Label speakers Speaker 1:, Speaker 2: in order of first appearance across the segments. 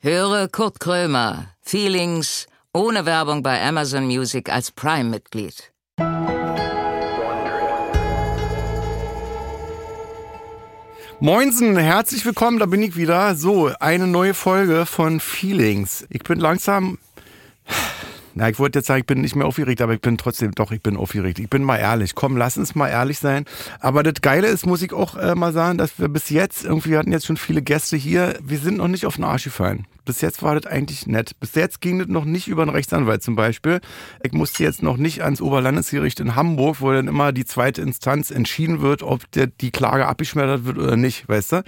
Speaker 1: Höre Kurt Krömer, Feelings, ohne Werbung bei Amazon Music als Prime-Mitglied.
Speaker 2: Moinsen, herzlich willkommen, da bin ich wieder. So, eine neue Folge von Feelings. Ich bin langsam. Na, ich wollte jetzt sagen, ich bin nicht mehr aufgeregt, aber ich bin trotzdem, doch, ich bin aufgeregt. Ich bin mal ehrlich. Komm, lass uns mal ehrlich sein. Aber das Geile ist, muss ich auch äh, mal sagen, dass wir bis jetzt, irgendwie wir hatten jetzt schon viele Gäste hier, wir sind noch nicht auf den Arsch gefallen. Bis jetzt war das eigentlich nett. Bis jetzt ging das noch nicht über einen Rechtsanwalt zum Beispiel. Ich musste jetzt noch nicht ans Oberlandesgericht in Hamburg, wo dann immer die zweite Instanz entschieden wird, ob der, die Klage abgeschmettert wird oder nicht, weißt du?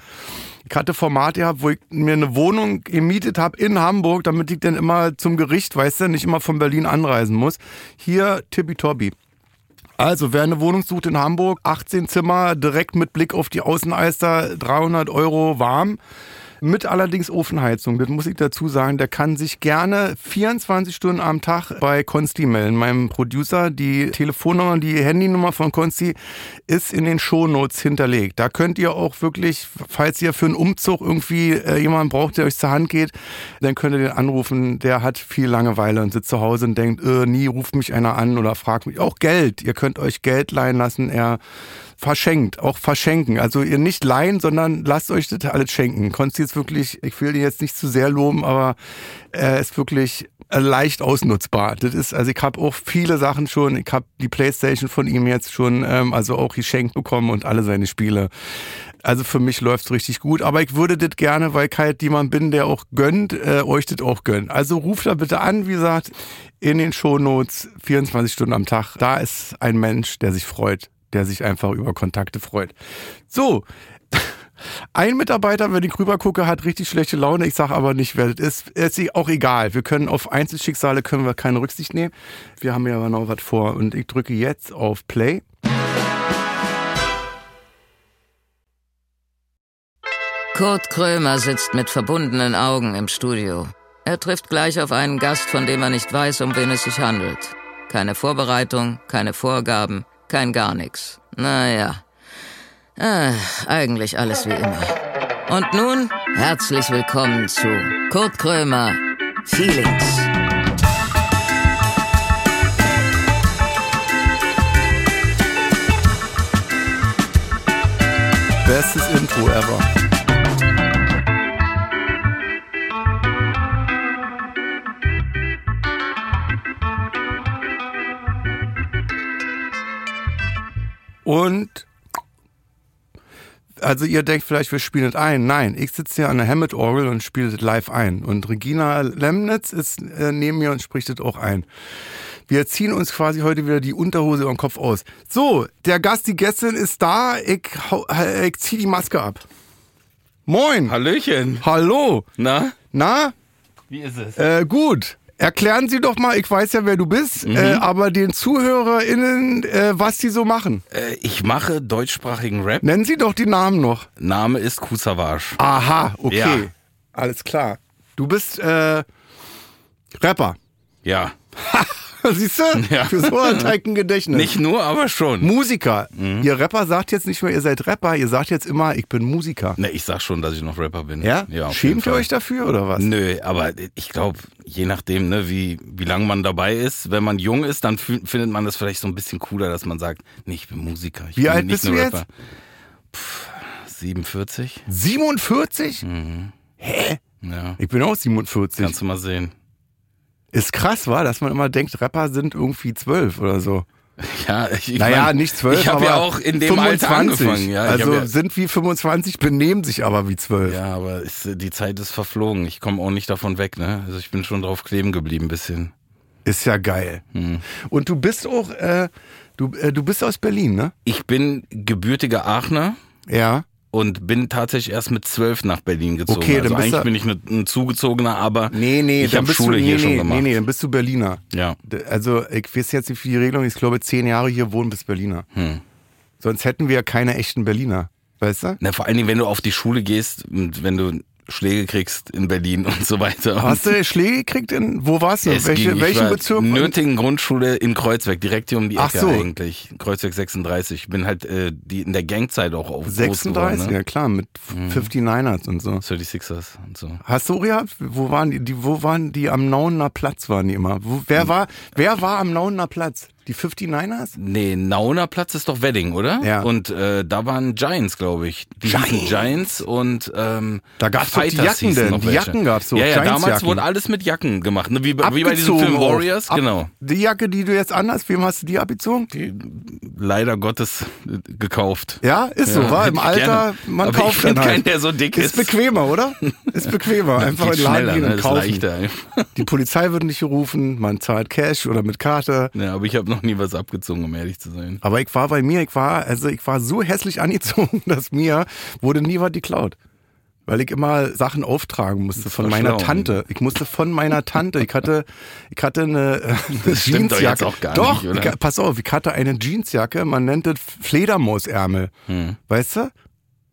Speaker 2: Ich hatte Formate gehabt, wo ich mir eine Wohnung gemietet habe in Hamburg, damit ich dann immer zum Gericht, weißt du, nicht immer von Berlin anreisen muss. Hier tippitoppi. Also, wer eine Wohnung sucht in Hamburg, 18 Zimmer, direkt mit Blick auf die Außeneister, 300 Euro warm. Mit allerdings Ofenheizung, das muss ich dazu sagen, der kann sich gerne 24 Stunden am Tag bei Consti melden, meinem Producer. Die Telefonnummer, die Handynummer von Consti ist in den Shownotes hinterlegt. Da könnt ihr auch wirklich, falls ihr für einen Umzug irgendwie äh, jemanden braucht, der euch zur Hand geht, dann könnt ihr den anrufen. Der hat viel Langeweile und sitzt zu Hause und denkt, äh, nie ruft mich einer an oder fragt mich. Auch Geld, ihr könnt euch Geld leihen lassen. Er verschenkt, auch verschenken. Also ihr nicht leihen, sondern lasst euch das alles schenken. Konntest jetzt wirklich, ich will die jetzt nicht zu sehr loben, aber er ist wirklich äh, leicht ausnutzbar. Das ist, also ich habe auch viele Sachen schon, ich habe die Playstation von ihm jetzt schon, ähm, also auch geschenkt bekommen und alle seine Spiele. Also für mich läuft's richtig gut, aber ich würde das gerne, weil ich halt jemand bin, der auch gönnt, äh, euch das auch gönnt. Also ruft da bitte an, wie gesagt, in den Shownotes, 24 Stunden am Tag. Da ist ein Mensch, der sich freut der sich einfach über Kontakte freut. So. Ein Mitarbeiter, wenn ich rübergucke, hat richtig schlechte Laune. Ich sage aber nicht, wer das ist. Ist auch egal. Wir können auf Einzelschicksale können wir keine Rücksicht nehmen. Wir haben ja aber noch was vor. Und ich drücke jetzt auf Play.
Speaker 1: Kurt Krömer sitzt mit verbundenen Augen im Studio. Er trifft gleich auf einen Gast, von dem er nicht weiß, um wen es sich handelt. Keine Vorbereitung, keine Vorgaben, kein gar nichts. Naja, äh, eigentlich alles wie immer. Und nun herzlich willkommen zu Kurt Krömer, Feelings.
Speaker 2: Bestes Intro ever. Und also ihr denkt vielleicht, wir spielen es ein. Nein, ich sitze hier an der Hammett-Orgel und spiele es live ein. Und Regina Lemnitz ist äh, neben mir und spricht es auch ein. Wir ziehen uns quasi heute wieder die Unterhose über den Kopf aus. So, der Gast, die Gästin ist da. Ich, hau- äh, ich zieh die Maske ab. Moin.
Speaker 3: Hallöchen.
Speaker 2: Hallo.
Speaker 3: Na?
Speaker 2: Na,
Speaker 3: Wie ist es?
Speaker 2: äh, gut. Erklären Sie doch mal, ich weiß ja, wer du bist,
Speaker 3: Mhm.
Speaker 2: äh, aber den ZuhörerInnen, äh, was die so machen.
Speaker 3: Äh, ich mache deutschsprachigen Rap.
Speaker 2: Nennen Sie doch die Namen noch.
Speaker 3: Name ist Kusavage.
Speaker 2: Aha, okay.
Speaker 3: Ja.
Speaker 2: Alles klar. Du bist äh, Rapper.
Speaker 3: Ja.
Speaker 2: Siehst du?
Speaker 3: Ja.
Speaker 2: Für so ein Teig Gedächtnis.
Speaker 3: Nicht nur, aber schon.
Speaker 2: Musiker.
Speaker 3: Mhm.
Speaker 2: Ihr Rapper sagt jetzt nicht mehr, ihr seid Rapper, ihr sagt jetzt immer, ich bin Musiker.
Speaker 3: Ne, ich sag schon, dass ich noch Rapper bin.
Speaker 2: Ja?
Speaker 3: ja auf jeden
Speaker 2: Schämt ihr
Speaker 3: Fall.
Speaker 2: euch dafür oder was?
Speaker 3: Nö, aber ich glaube, je nachdem, ne, wie, wie lange man dabei ist, wenn man jung ist, dann fühl- findet man das vielleicht so ein bisschen cooler, dass man sagt, nee, ich bin Musiker. Ich
Speaker 2: Wie
Speaker 3: bin
Speaker 2: alt
Speaker 3: nicht
Speaker 2: bist
Speaker 3: nur
Speaker 2: du
Speaker 3: Rapper. Pff, 47?
Speaker 2: 47?
Speaker 3: Mhm. Ja.
Speaker 2: Ich bin auch 47.
Speaker 3: Kannst du mal sehen.
Speaker 2: Ist krass, war, dass man immer denkt, Rapper sind irgendwie 12 oder so.
Speaker 3: Ja, ich, ich
Speaker 2: Naja,
Speaker 3: mein,
Speaker 2: nicht 12,
Speaker 3: Ich habe
Speaker 2: aber
Speaker 3: ja auch in dem
Speaker 2: 25.
Speaker 3: Alter angefangen. Ja, ich hab
Speaker 2: also
Speaker 3: ja,
Speaker 2: sind wie 25, benehmen sich aber wie 12.
Speaker 3: Ja, aber ist, äh, die Zeit ist verflogen. Ich komme auch nicht davon weg, ne? Also ich bin schon drauf kleben geblieben, bisschen.
Speaker 2: Ist ja geil.
Speaker 3: Mhm.
Speaker 2: Und du bist auch, äh, du, äh, du bist aus Berlin, ne?
Speaker 3: Ich bin gebürtiger Aachener
Speaker 2: Ja.
Speaker 3: und bin tatsächlich erst mit zwölf nach Berlin gezogen.
Speaker 2: Okay, dann
Speaker 3: also
Speaker 2: bist
Speaker 3: eigentlich
Speaker 2: du-
Speaker 3: bin ich ne- ein zugezogener, aber ich
Speaker 2: dann
Speaker 3: habe
Speaker 2: bist
Speaker 3: Schule
Speaker 2: du, nee,
Speaker 3: hier
Speaker 2: nee,
Speaker 3: schon gemacht.
Speaker 2: Nee, nee, dann bist du Berliner.
Speaker 3: Ja.
Speaker 2: D- Also, ich weiß jetzt nicht, wie die Regelung ist. Ich glaube, zehn Jahre hier wohnen bist Berliner.
Speaker 3: Hm.
Speaker 2: Sonst hätten wir ja keine echten Berliner. Weißt du?
Speaker 3: Na, vor allen Dingen, wenn du auf die Schule gehst und wenn du Schläge kriegst in Berlin und so weiter.
Speaker 2: Hast
Speaker 3: Und
Speaker 2: du Schläge gekriegt? In, wo warst du?
Speaker 3: es
Speaker 2: Welche,
Speaker 3: ging, ich
Speaker 2: welchen
Speaker 3: war
Speaker 2: Bezirk?
Speaker 3: Nötigen Grundschule in Kreuzberg, direkt hier um die
Speaker 2: Ach
Speaker 3: Ecke
Speaker 2: so.
Speaker 3: eigentlich. Kreuzberg 36. Ich bin halt äh, die, in der Gangzeit auch auf
Speaker 2: 36,
Speaker 3: ne?
Speaker 2: ja klar, mit 59ers und so.
Speaker 3: 36ers und so.
Speaker 2: Hast du gehabt? Wo waren die, die, wo waren die am Nauener Platz waren die immer? Wo,
Speaker 3: Hm.
Speaker 2: wer war, wer war am Nauener Platz? Die 59ers?
Speaker 3: Nee, Nauner Platz ist doch Wedding, oder?
Speaker 2: Ja.
Speaker 3: Und äh, da waren Giants, glaube ich. Die
Speaker 2: Giants.
Speaker 3: hießen Giants und ähm,
Speaker 2: Da gab's doch die
Speaker 3: Fighters
Speaker 2: Jacken
Speaker 3: hießen
Speaker 2: denn.
Speaker 3: noch
Speaker 2: Die
Speaker 3: welche.
Speaker 2: Jacken gab's so,
Speaker 3: Ja, ja damals
Speaker 2: Giants-Jacken.
Speaker 3: wurde alles mit Jacken gemacht. Ne? Wie, bei- wie bei diesem Film
Speaker 2: auch.
Speaker 3: Warriors,
Speaker 2: Ab,
Speaker 3: genau.
Speaker 2: Die Jacke, die du jetzt anhast, wem hast du die abgezogen?
Speaker 3: Leider Gottes äh, gekauft.
Speaker 2: Ja, ist so,
Speaker 3: Ja,
Speaker 2: war
Speaker 3: hätte
Speaker 2: im
Speaker 3: ich
Speaker 2: Alter,
Speaker 3: gerne.
Speaker 2: man
Speaker 3: Aber
Speaker 2: kauft
Speaker 3: ich kenn
Speaker 2: dann halt.
Speaker 3: keinen, der so dick
Speaker 2: Ist
Speaker 3: ist.
Speaker 2: bequemer, oder? Ist bequemer. Einfach in
Speaker 3: Geht
Speaker 2: den Laden
Speaker 3: schneller,
Speaker 2: gehen
Speaker 3: ne?
Speaker 2: und
Speaker 3: ist
Speaker 2: kaufen.
Speaker 3: leichter.
Speaker 2: Die Polizei wird nicht gerufen, man zahlt Cash oder mit Karte.
Speaker 3: Ja, aber ich habe noch nie was abgezogen, um ehrlich zu sein.
Speaker 2: Aber ich war bei mir, ich war, also ich war so hässlich angezogen, dass mir wurde nie was geklaut. Weil ich immer Sachen auftragen musste von
Speaker 3: war
Speaker 2: meiner
Speaker 3: schlau.
Speaker 2: Tante. Ich musste von meiner Tante. Ich hatte, ich hatte eine, äh, eine
Speaker 3: stimmt doch jetzt
Speaker 2: Jeansjacke.
Speaker 3: auch gar
Speaker 2: doch,
Speaker 3: nicht, oder?
Speaker 2: Ich, pass auf, ich hatte eine Jeansjacke, man nennt das Fledermausärmel.
Speaker 3: Hm.
Speaker 2: Weißt du?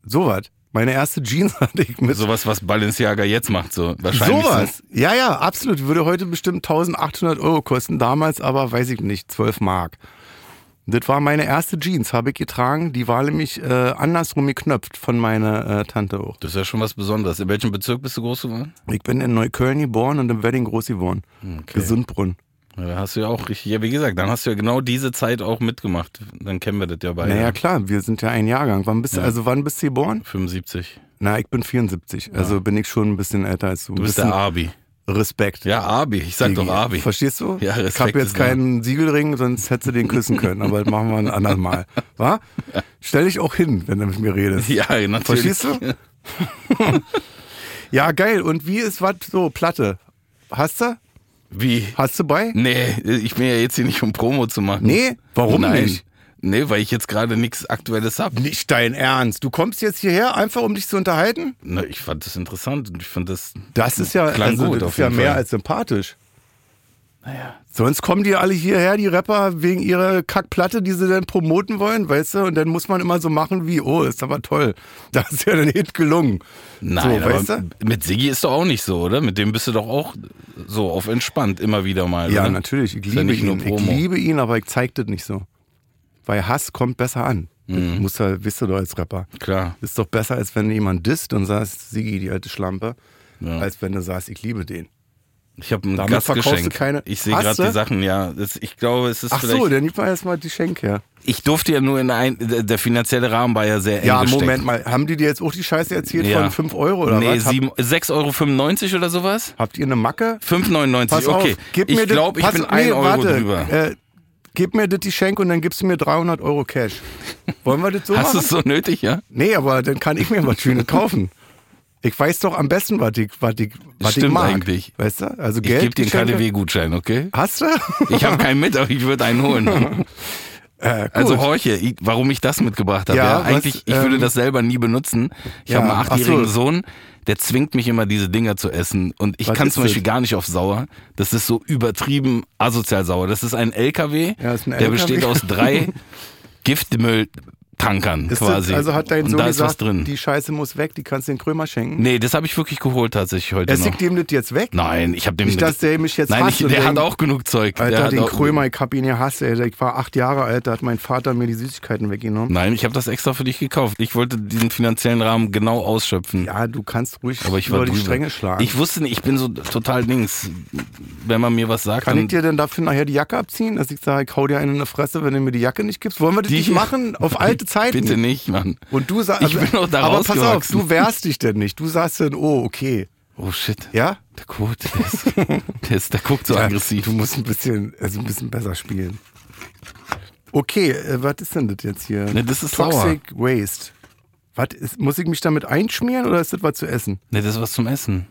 Speaker 2: Sowas. Meine erste Jeans hatte ich mit
Speaker 3: Sowas, was Balenciaga jetzt macht, so wahrscheinlich.
Speaker 2: Sowas. Ja, ja, absolut. Würde heute bestimmt 1800 Euro kosten. Damals aber, weiß ich nicht, 12 Mark. Das war meine erste Jeans, habe ich getragen. Die war nämlich äh, andersrum geknöpft von meiner äh, Tante auch.
Speaker 3: Das ist ja schon was Besonderes. In welchem Bezirk bist du groß geworden?
Speaker 2: Ich bin in Neukölln geboren und im Wedding groß geworden. Gesundbrunnen.
Speaker 3: Ja, da hast du ja auch richtig, ja, wie gesagt, dann hast du ja genau diese Zeit auch mitgemacht. Dann kennen wir das Ah, ja bei
Speaker 2: Naja, klar, wir sind ja ein Jahrgang. Wann bist du, also wann bist du geboren?
Speaker 3: 75.
Speaker 2: Na, ich bin 74. Also bin ich schon ein bisschen älter als du.
Speaker 3: Du bist der
Speaker 2: bisschen
Speaker 3: Abi.
Speaker 2: Respekt.
Speaker 3: Ja, Abi. Ich sag doch
Speaker 2: Digi.
Speaker 3: Abi.
Speaker 2: Verstehst du? ich
Speaker 3: Ja,
Speaker 2: habe
Speaker 3: Respekt
Speaker 2: jetzt
Speaker 3: ist da.
Speaker 2: keinen Siegelring, sonst hättest du den küssen können. Aber das machen wir ein andermal. Wa? Stell dich auch hin, wenn du mit mir redest.
Speaker 3: Ja, natürlich.
Speaker 2: Verstehst du? ja, geil. Und wie ist was so? Platte. Hast du?
Speaker 3: Wie?
Speaker 2: Hast du bei?
Speaker 3: Nee, ich bin ja jetzt hier nicht, um Promo zu machen.
Speaker 2: Nee? Warum
Speaker 3: Nein.
Speaker 2: nicht?
Speaker 3: Nee, weil ich jetzt gerade nichts Aktuelles hab.
Speaker 2: Nicht dein Ernst. Du kommst jetzt hierher, einfach um dich zu unterhalten?
Speaker 3: Na, ich fand das interessant und ich fand das.
Speaker 2: Das ist ja,
Speaker 3: Klang
Speaker 2: also,
Speaker 3: gut,
Speaker 2: das
Speaker 3: auf
Speaker 2: ist ja
Speaker 3: jeden
Speaker 2: mehr
Speaker 3: Fall.
Speaker 2: als sympathisch. Naja. Sonst kommen die alle hierher, die Rapper, wegen ihrer Kackplatte, die sie dann promoten wollen, weißt du? Und dann muss man immer so machen wie, oh, ist aber toll. Da ist ja ein Hit gelungen.
Speaker 3: Nein,
Speaker 2: so,
Speaker 3: aber
Speaker 2: weißt du?
Speaker 3: mit Siggi ist doch auch nicht so, oder? Mit dem bist du doch auch so auf entspannt immer wieder mal.
Speaker 2: Ja,
Speaker 3: oder?
Speaker 2: natürlich. Ich
Speaker 3: also, Ist ja
Speaker 2: liebe
Speaker 3: nicht nur
Speaker 2: ihn. Ich
Speaker 3: Promo.
Speaker 2: liebe ihn, aber ich zeig das nicht so. Weil Hass kommt besser an.
Speaker 3: Mhm.
Speaker 2: Muss ja, wisst ihr doch als Rapper.
Speaker 3: Klar.
Speaker 2: Ist doch besser, als wenn jemand disst und sagst, Sigi, die alte Schlampe, als wenn du sagst, ich liebe den.
Speaker 3: Ich habe ein
Speaker 2: Damit verkaufst du
Speaker 3: Gastgeschenk.
Speaker 2: keine-
Speaker 3: Ich sehe
Speaker 2: Hast
Speaker 3: gerade
Speaker 2: du?
Speaker 3: die Sachen, ja. Das, ich glaube, es ist
Speaker 2: Ach
Speaker 3: vielleicht.
Speaker 2: so, dann gib mal erstmal die Schenk her.
Speaker 3: ich durfte ja nur in ein. Der der finanzielle Rahmen war ja sehr eng.
Speaker 2: Ja,
Speaker 3: gesteckt.
Speaker 2: Moment mal. Haben die dir jetzt auch die Scheiße erzählt
Speaker 3: Ja.
Speaker 2: von 5 Euro oder
Speaker 3: nee,
Speaker 2: was? Hab,
Speaker 3: 6,95 Euro oder sowas?
Speaker 2: habt ihr eine Macke?
Speaker 3: 5,99,
Speaker 2: Pass
Speaker 3: okay.
Speaker 2: auf, gib mir
Speaker 3: ich
Speaker 2: das-
Speaker 3: glaube, ich
Speaker 2: pass-
Speaker 3: bin 1
Speaker 2: nee,
Speaker 3: Euro
Speaker 2: warte,
Speaker 3: drüber.
Speaker 2: Äh, gib mir das die Schenk und dann gibst du mir 300 Euro Cash. Wollen wir das so
Speaker 3: Hast du
Speaker 2: machen?
Speaker 3: es so nötig, ja?
Speaker 2: Nee, aber dann kann ich mir was Schönes kaufen. Ich weiß doch am besten, was ich, was ich, was ich
Speaker 3: Stimmt
Speaker 2: mag.
Speaker 3: eigentlich.
Speaker 2: Weißt du? Also
Speaker 3: Ich
Speaker 2: Geld.
Speaker 3: gebe den
Speaker 2: Geschenke.
Speaker 3: KDW-Gutschein, okay?
Speaker 2: Hast du?
Speaker 3: Ich habe keinen mit, aber ich würde einen holen. also horche, ich, warum ich das mitgebracht habe.
Speaker 2: Ja,
Speaker 3: Ja,
Speaker 2: was,
Speaker 3: eigentlich, ich würde
Speaker 2: ähm,
Speaker 3: das selber nie benutzen. Ich
Speaker 2: ja,
Speaker 3: habe einen
Speaker 2: ach so.
Speaker 3: achtjährigen Sohn, der zwingt mich immer, diese Dinger zu essen. Und ich
Speaker 2: Was
Speaker 3: kann
Speaker 2: ist
Speaker 3: zum Beispiel
Speaker 2: das?
Speaker 3: gar nicht auf sauer. Das ist so übertrieben asozial sauer. Das ist ein LKW,
Speaker 2: Ja, ist ein
Speaker 3: der
Speaker 2: LKW.
Speaker 3: besteht aus drei Giftmülltankern
Speaker 2: Ist das-
Speaker 3: quasi.
Speaker 2: Also hat dein
Speaker 3: Und
Speaker 2: Sohn
Speaker 3: da ist
Speaker 2: gesagt,
Speaker 3: was drin.
Speaker 2: die Scheiße muss weg, die kannst du den Krömer schenken.
Speaker 3: nee, das habe ich wirklich geholt tatsächlich heute
Speaker 2: Esse
Speaker 3: noch.
Speaker 2: ich dem das jetzt weg?
Speaker 3: Nein, ich habe dem...
Speaker 2: Nicht, dass der mich jetzt
Speaker 3: Nein,
Speaker 2: hasst
Speaker 3: ich,
Speaker 2: und
Speaker 3: der hat
Speaker 2: denkt,
Speaker 3: auch genug Zeug. Der
Speaker 2: Alter,
Speaker 3: hat
Speaker 2: den
Speaker 3: auch,
Speaker 2: Krömer, ich hab ihn gehasst, ey. Ich war acht Jahre alt, da hat mein Vater mir die Süßigkeiten weggenommen.
Speaker 3: Nein, ich habe das extra für dich gekauft. Ich wollte diesen finanziellen Rahmen genau ausschöpfen.
Speaker 2: Ja, du kannst ruhig
Speaker 3: aber ich war
Speaker 2: über die
Speaker 3: drüber.
Speaker 2: Stränge schlagen.
Speaker 3: Ich wusste nicht, ich bin so total links. Wenn man mir was sagt,
Speaker 2: Kann ich
Speaker 3: dann
Speaker 2: dir denn dafür nachher die Jacke abziehen, dass ich sage, ich hau dir einen in die Fresse, wenn du mir die Jacke nicht gibst? Wollen wir das
Speaker 3: Die-
Speaker 2: nicht machen? Auf alte Zeiten.
Speaker 3: bitte nicht, Mann.
Speaker 2: Und du sagst,
Speaker 3: Ich bin auch da
Speaker 2: aber pass auf,
Speaker 3: rausgewachsen.
Speaker 2: du wehrst dich denn nicht. Du sagst dann, oh, okay.
Speaker 3: Oh shit.
Speaker 2: Ja?
Speaker 3: Der Quote, der ist, der, ist, der guckt so
Speaker 2: Ja,
Speaker 3: aggressiv.
Speaker 2: Du musst ein bisschen, also ein bisschen besser spielen. Okay, äh, was ist denn das jetzt hier?
Speaker 3: Ne, das ist
Speaker 2: Toxic Waste. Was ist, muss ich mich damit einschmieren oder ist das was zu essen?
Speaker 3: Ne, das ist was zum Essen.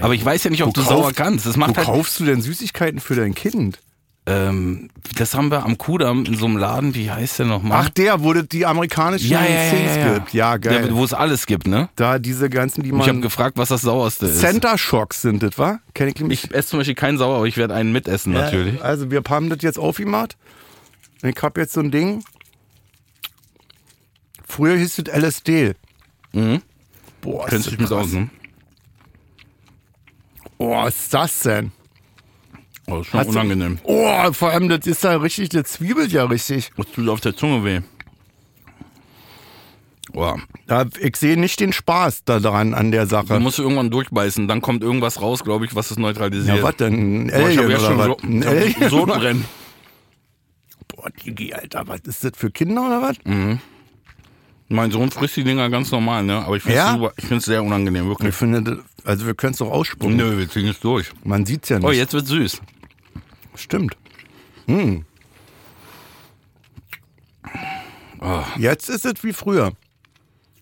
Speaker 3: Aber ich weiß ja nicht, ob du, sauer kannst. Das
Speaker 2: wo
Speaker 3: macht halt,
Speaker 2: kaufst du denn Süßigkeiten für dein Kind?
Speaker 3: ähm, das haben wir am Kudamm in so einem Laden, wie heißt der nochmal?
Speaker 2: Ach, der, wo das die amerikanischen
Speaker 3: ja, ja,
Speaker 2: Things
Speaker 3: ja, ja.
Speaker 2: gibt. Ja, geil.
Speaker 3: Der, wo es alles gibt, ne?
Speaker 2: da diese ganzen, die
Speaker 3: Und ich habe
Speaker 2: man.
Speaker 3: gefragt, was das sauerste ist.
Speaker 2: Center Shocks sind das, wa? Kenn ich mich?
Speaker 3: Ich esse zum Beispiel keinen Sauer, aber ich werde einen mitessen, natürlich.
Speaker 2: Ja, also wir haben das jetzt aufgemacht. Ich hab jetzt so ein Ding. Früher hieß das LSD. Boah, das
Speaker 3: Kennst Mhm. du dich mit
Speaker 2: krass.
Speaker 3: aus, ne?
Speaker 2: Oh, was ist das denn?
Speaker 3: Oh, ist schon
Speaker 2: Hast du-
Speaker 3: unangenehm.
Speaker 2: Oh, vor allem, das ist da richtig, das zwiebelt ja richtig.
Speaker 3: Das tut auf der Zunge weh. Boah.
Speaker 2: Da, ich sehe nicht den Spaß daran an der
Speaker 3: Da
Speaker 2: Sache.
Speaker 3: musst du irgendwann durchbeißen, dann kommt irgendwas raus, glaube ich, was es neutralisiert.
Speaker 2: Ja, was denn? Ein
Speaker 3: Boah, ich
Speaker 2: Alien
Speaker 3: habe ja
Speaker 2: oder
Speaker 3: schon
Speaker 2: was?
Speaker 3: so,
Speaker 2: Ein
Speaker 3: ich hab
Speaker 2: Alien?
Speaker 3: Sodenbrennen.
Speaker 2: Boah, Digi, Alter, was ist das für Kinder oder was?
Speaker 3: Mhm. Mein Sohn frisst die Dinger ganz normal, ne? Aber ich finde es
Speaker 2: Ja?
Speaker 3: super, ich find's sehr unangenehm,
Speaker 2: Ich
Speaker 3: wirklich.
Speaker 2: finde, das- also wir können es doch ausspucken.
Speaker 3: Nö, wir ziehen es durch.
Speaker 2: Man sieht's ja nicht.
Speaker 3: Oh, jetzt wird süß.
Speaker 2: Stimmt. Hm. Jetzt ist es wie früher.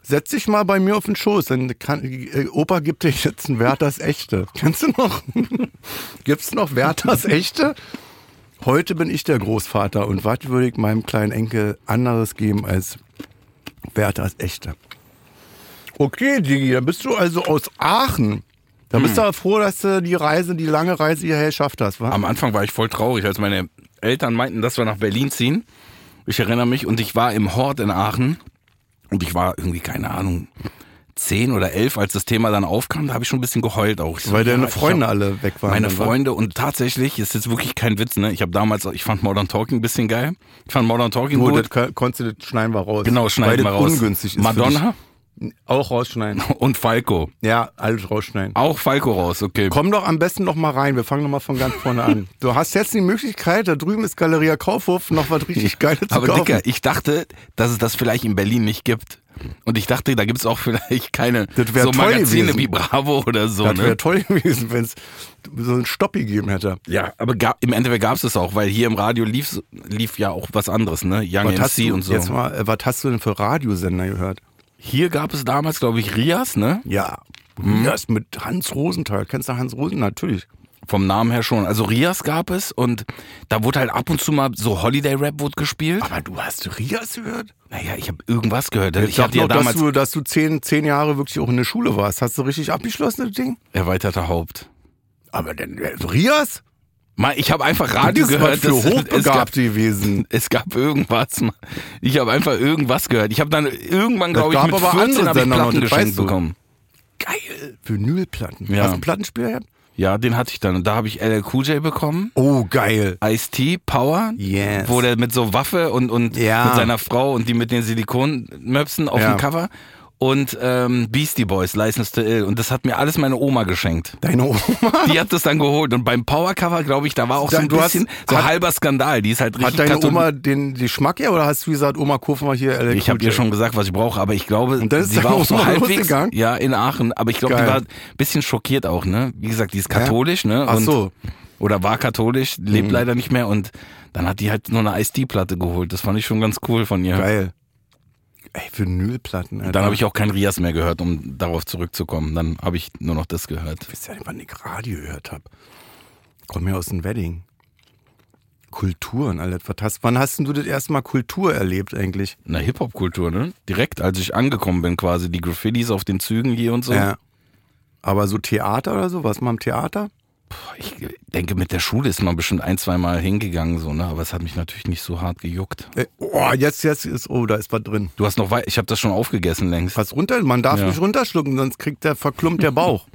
Speaker 2: Setz dich mal bei mir auf den Schoß, dann kann, äh, Opa gibt dir jetzt ein Werthers Echte. Kennst du noch? Gibt's noch Werthers Echte? Heute bin ich der Großvater und was würde ich meinem kleinen Enkel anderes geben als Werthers Echte? Okay, Digi, dann bist du also aus Aachen. Da bist du aber froh, dass du die Reise, die lange Reise hierher geschafft hast, wa?
Speaker 3: Am Anfang war ich voll traurig, als meine Eltern meinten, dass wir nach Berlin ziehen. Ich erinnere mich und ich war im Hort in Aachen und ich war irgendwie, keine Ahnung, zehn oder elf, als das Thema dann aufkam, da habe ich schon ein bisschen geheult auch. Ich so,
Speaker 2: Weil
Speaker 3: ja,
Speaker 2: deine
Speaker 3: ich
Speaker 2: Freunde
Speaker 3: hab-
Speaker 2: alle weg waren.
Speaker 3: Meine
Speaker 2: dann, wa?
Speaker 3: Freunde und tatsächlich ist jetzt wirklich kein Witz, ne? Ich habe damals, ich fand Modern Talking ein bisschen geil. Ich fand Modern Talking
Speaker 2: Gut,
Speaker 3: gut.
Speaker 2: das kann- konntest du, das schneiden wir raus.
Speaker 3: Genau,
Speaker 2: Weil
Speaker 3: schneiden wir
Speaker 2: das
Speaker 3: raus.
Speaker 2: ungünstig ist. für
Speaker 3: Madonna Genau.
Speaker 2: dich. Auch rausschneiden.
Speaker 3: und Falco.
Speaker 2: Ja, alles rausschneiden.
Speaker 3: Auch Falco raus, okay.
Speaker 2: Komm doch am besten noch mal rein. Wir fangen noch mal von ganz vorne an. Du hast jetzt die Möglichkeit, da drüben ist Galeria Kaufhof, noch was richtig Geiles zu
Speaker 3: Aber
Speaker 2: kaufen.
Speaker 3: Dicker, ich dachte, dass es das vielleicht in Berlin nicht gibt. Und ich dachte, da gibt es auch vielleicht keine
Speaker 2: Das wär
Speaker 3: so
Speaker 2: toll
Speaker 3: Magazine
Speaker 2: gewesen.
Speaker 3: wie Bravo oder so.
Speaker 2: das wäre
Speaker 3: Ne?
Speaker 2: toll gewesen, wenn es so einen Stopp gegeben hätte.
Speaker 3: Ja, aber gab, im Endeffekt gab es das auch, weil hier im Radio lief, lief ja auch was anderes, ne? Young
Speaker 2: Was hast,
Speaker 3: MC
Speaker 2: du,
Speaker 3: und so.
Speaker 2: jetzt mal, äh, was hast du denn für Radiosender gehört?
Speaker 3: Hier gab es damals, glaube ich, Rias, ne?
Speaker 2: Ja, das mit Hans Rosenthal. Kennst du Hans Rosenthal? Natürlich.
Speaker 3: Vom Namen her schon. Also Rias gab es und da wurde halt ab und zu mal so Holiday-Rap wurde gespielt.
Speaker 2: Aber du hast Rias gehört?
Speaker 3: Naja, ich habe irgendwas gehört. Also
Speaker 2: Ich
Speaker 3: ich
Speaker 2: sag
Speaker 3: hatte ja
Speaker 2: noch, dass
Speaker 3: damals
Speaker 2: du, dass du zehn, zehn Jahre wirklich auch in der Schule warst. Hast du richtig abgeschlossen, das Ding?
Speaker 3: erweiterte Haupt.
Speaker 2: Aber dann, äh, Rias?
Speaker 3: Mal, ich habe einfach Radio
Speaker 2: das ist
Speaker 3: Ah, gehört.
Speaker 2: was für
Speaker 3: das- es gab
Speaker 2: Hochbegabte gewesen.
Speaker 3: Es gab irgendwas. Mann. Ich habe einfach irgendwas gehört. Ich habe dann irgendwann,
Speaker 2: Das
Speaker 3: glaube ich,
Speaker 2: gab
Speaker 3: mit
Speaker 2: aber
Speaker 3: 14
Speaker 2: andere
Speaker 3: habe ich
Speaker 2: Sender noch,
Speaker 3: Platten
Speaker 2: das
Speaker 3: geschenkt
Speaker 2: weißt du.
Speaker 3: bekommen.
Speaker 2: Geil. Vinylplatten.
Speaker 3: Ja.
Speaker 2: Hast du einen Plattenspieler gehabt?
Speaker 3: Ja, den hatte ich dann. Und da habe ich LLQJ bekommen.
Speaker 2: Oh, geil.
Speaker 3: Ice-T, Power.
Speaker 2: Yes.
Speaker 3: Wo der mit so Waffe und, und
Speaker 2: Ja.
Speaker 3: mit seiner Frau und die mit den Silikonmöpsen auf
Speaker 2: Ja.
Speaker 3: dem Cover. Und ähm, Beastie Boys, License to Ill. Und das hat mir alles meine Oma geschenkt.
Speaker 2: Deine Oma.
Speaker 3: Die hat das dann geholt. Und beim Powercover, glaube ich, da war auch so
Speaker 2: Dann-
Speaker 3: ein
Speaker 2: du hast-
Speaker 3: bisschen so
Speaker 2: hat-
Speaker 3: halber Skandal. Die ist halt richtig
Speaker 2: Hat deine
Speaker 3: katholisch.
Speaker 2: Oma den, die Schmack ja oder hast du gesagt, Oma, kauf mal hier LL
Speaker 3: Ich habe ihr schon gesagt, was ich brauche, aber ich glaube,
Speaker 2: Und dann ist
Speaker 3: sie
Speaker 2: der
Speaker 3: war auch
Speaker 2: Ruf
Speaker 3: so
Speaker 2: mal
Speaker 3: halbwegs.
Speaker 2: losgegangen?
Speaker 3: Ja, in Aachen, aber ich glaube, die
Speaker 2: Geil.
Speaker 3: war ein bisschen schockiert auch, ne? Wie gesagt, die ist katholisch, ne?
Speaker 2: Ach
Speaker 3: Und,
Speaker 2: so.
Speaker 3: Oder war katholisch,
Speaker 2: Mhm.
Speaker 3: lebt leider nicht mehr und dann hat die halt nur eine Ice-T-Platte geholt. Das fand ich schon ganz cool von ihr.
Speaker 2: Geil. Ey, Vinylplatten. Alter.
Speaker 3: Dann habe ich auch kein Rias mehr gehört, um darauf zurückzukommen. Dann habe ich nur noch das gehört.
Speaker 2: Ich weiß ja nicht, wann ich Radio gehört habe. Komm ja aus dem Wedding. Kulturen, Alter. Was hast, wann hast denn du das erste Mal Kultur erlebt eigentlich?
Speaker 3: In der Hip-Hop-Kultur, ne? Direkt, als ich angekommen bin, quasi die Graffitis auf den Zügen hier und so.
Speaker 2: Ja. Aber so Theater oder so? Warst du mal im Theater?
Speaker 3: Ich denke, mit der Schule ist man bestimmt ein, zweimal hingegangen, so, ne? Aber es hat mich natürlich nicht so hart gejuckt.
Speaker 2: Äh, oh, jetzt, jetzt ist, oh, da ist was drin.
Speaker 3: Du hast noch wei- ich habe das schon aufgegessen längst.
Speaker 2: Pass runter, man darf
Speaker 3: Ja.
Speaker 2: nicht runterschlucken, sonst kriegt der verklumpt der Bauch.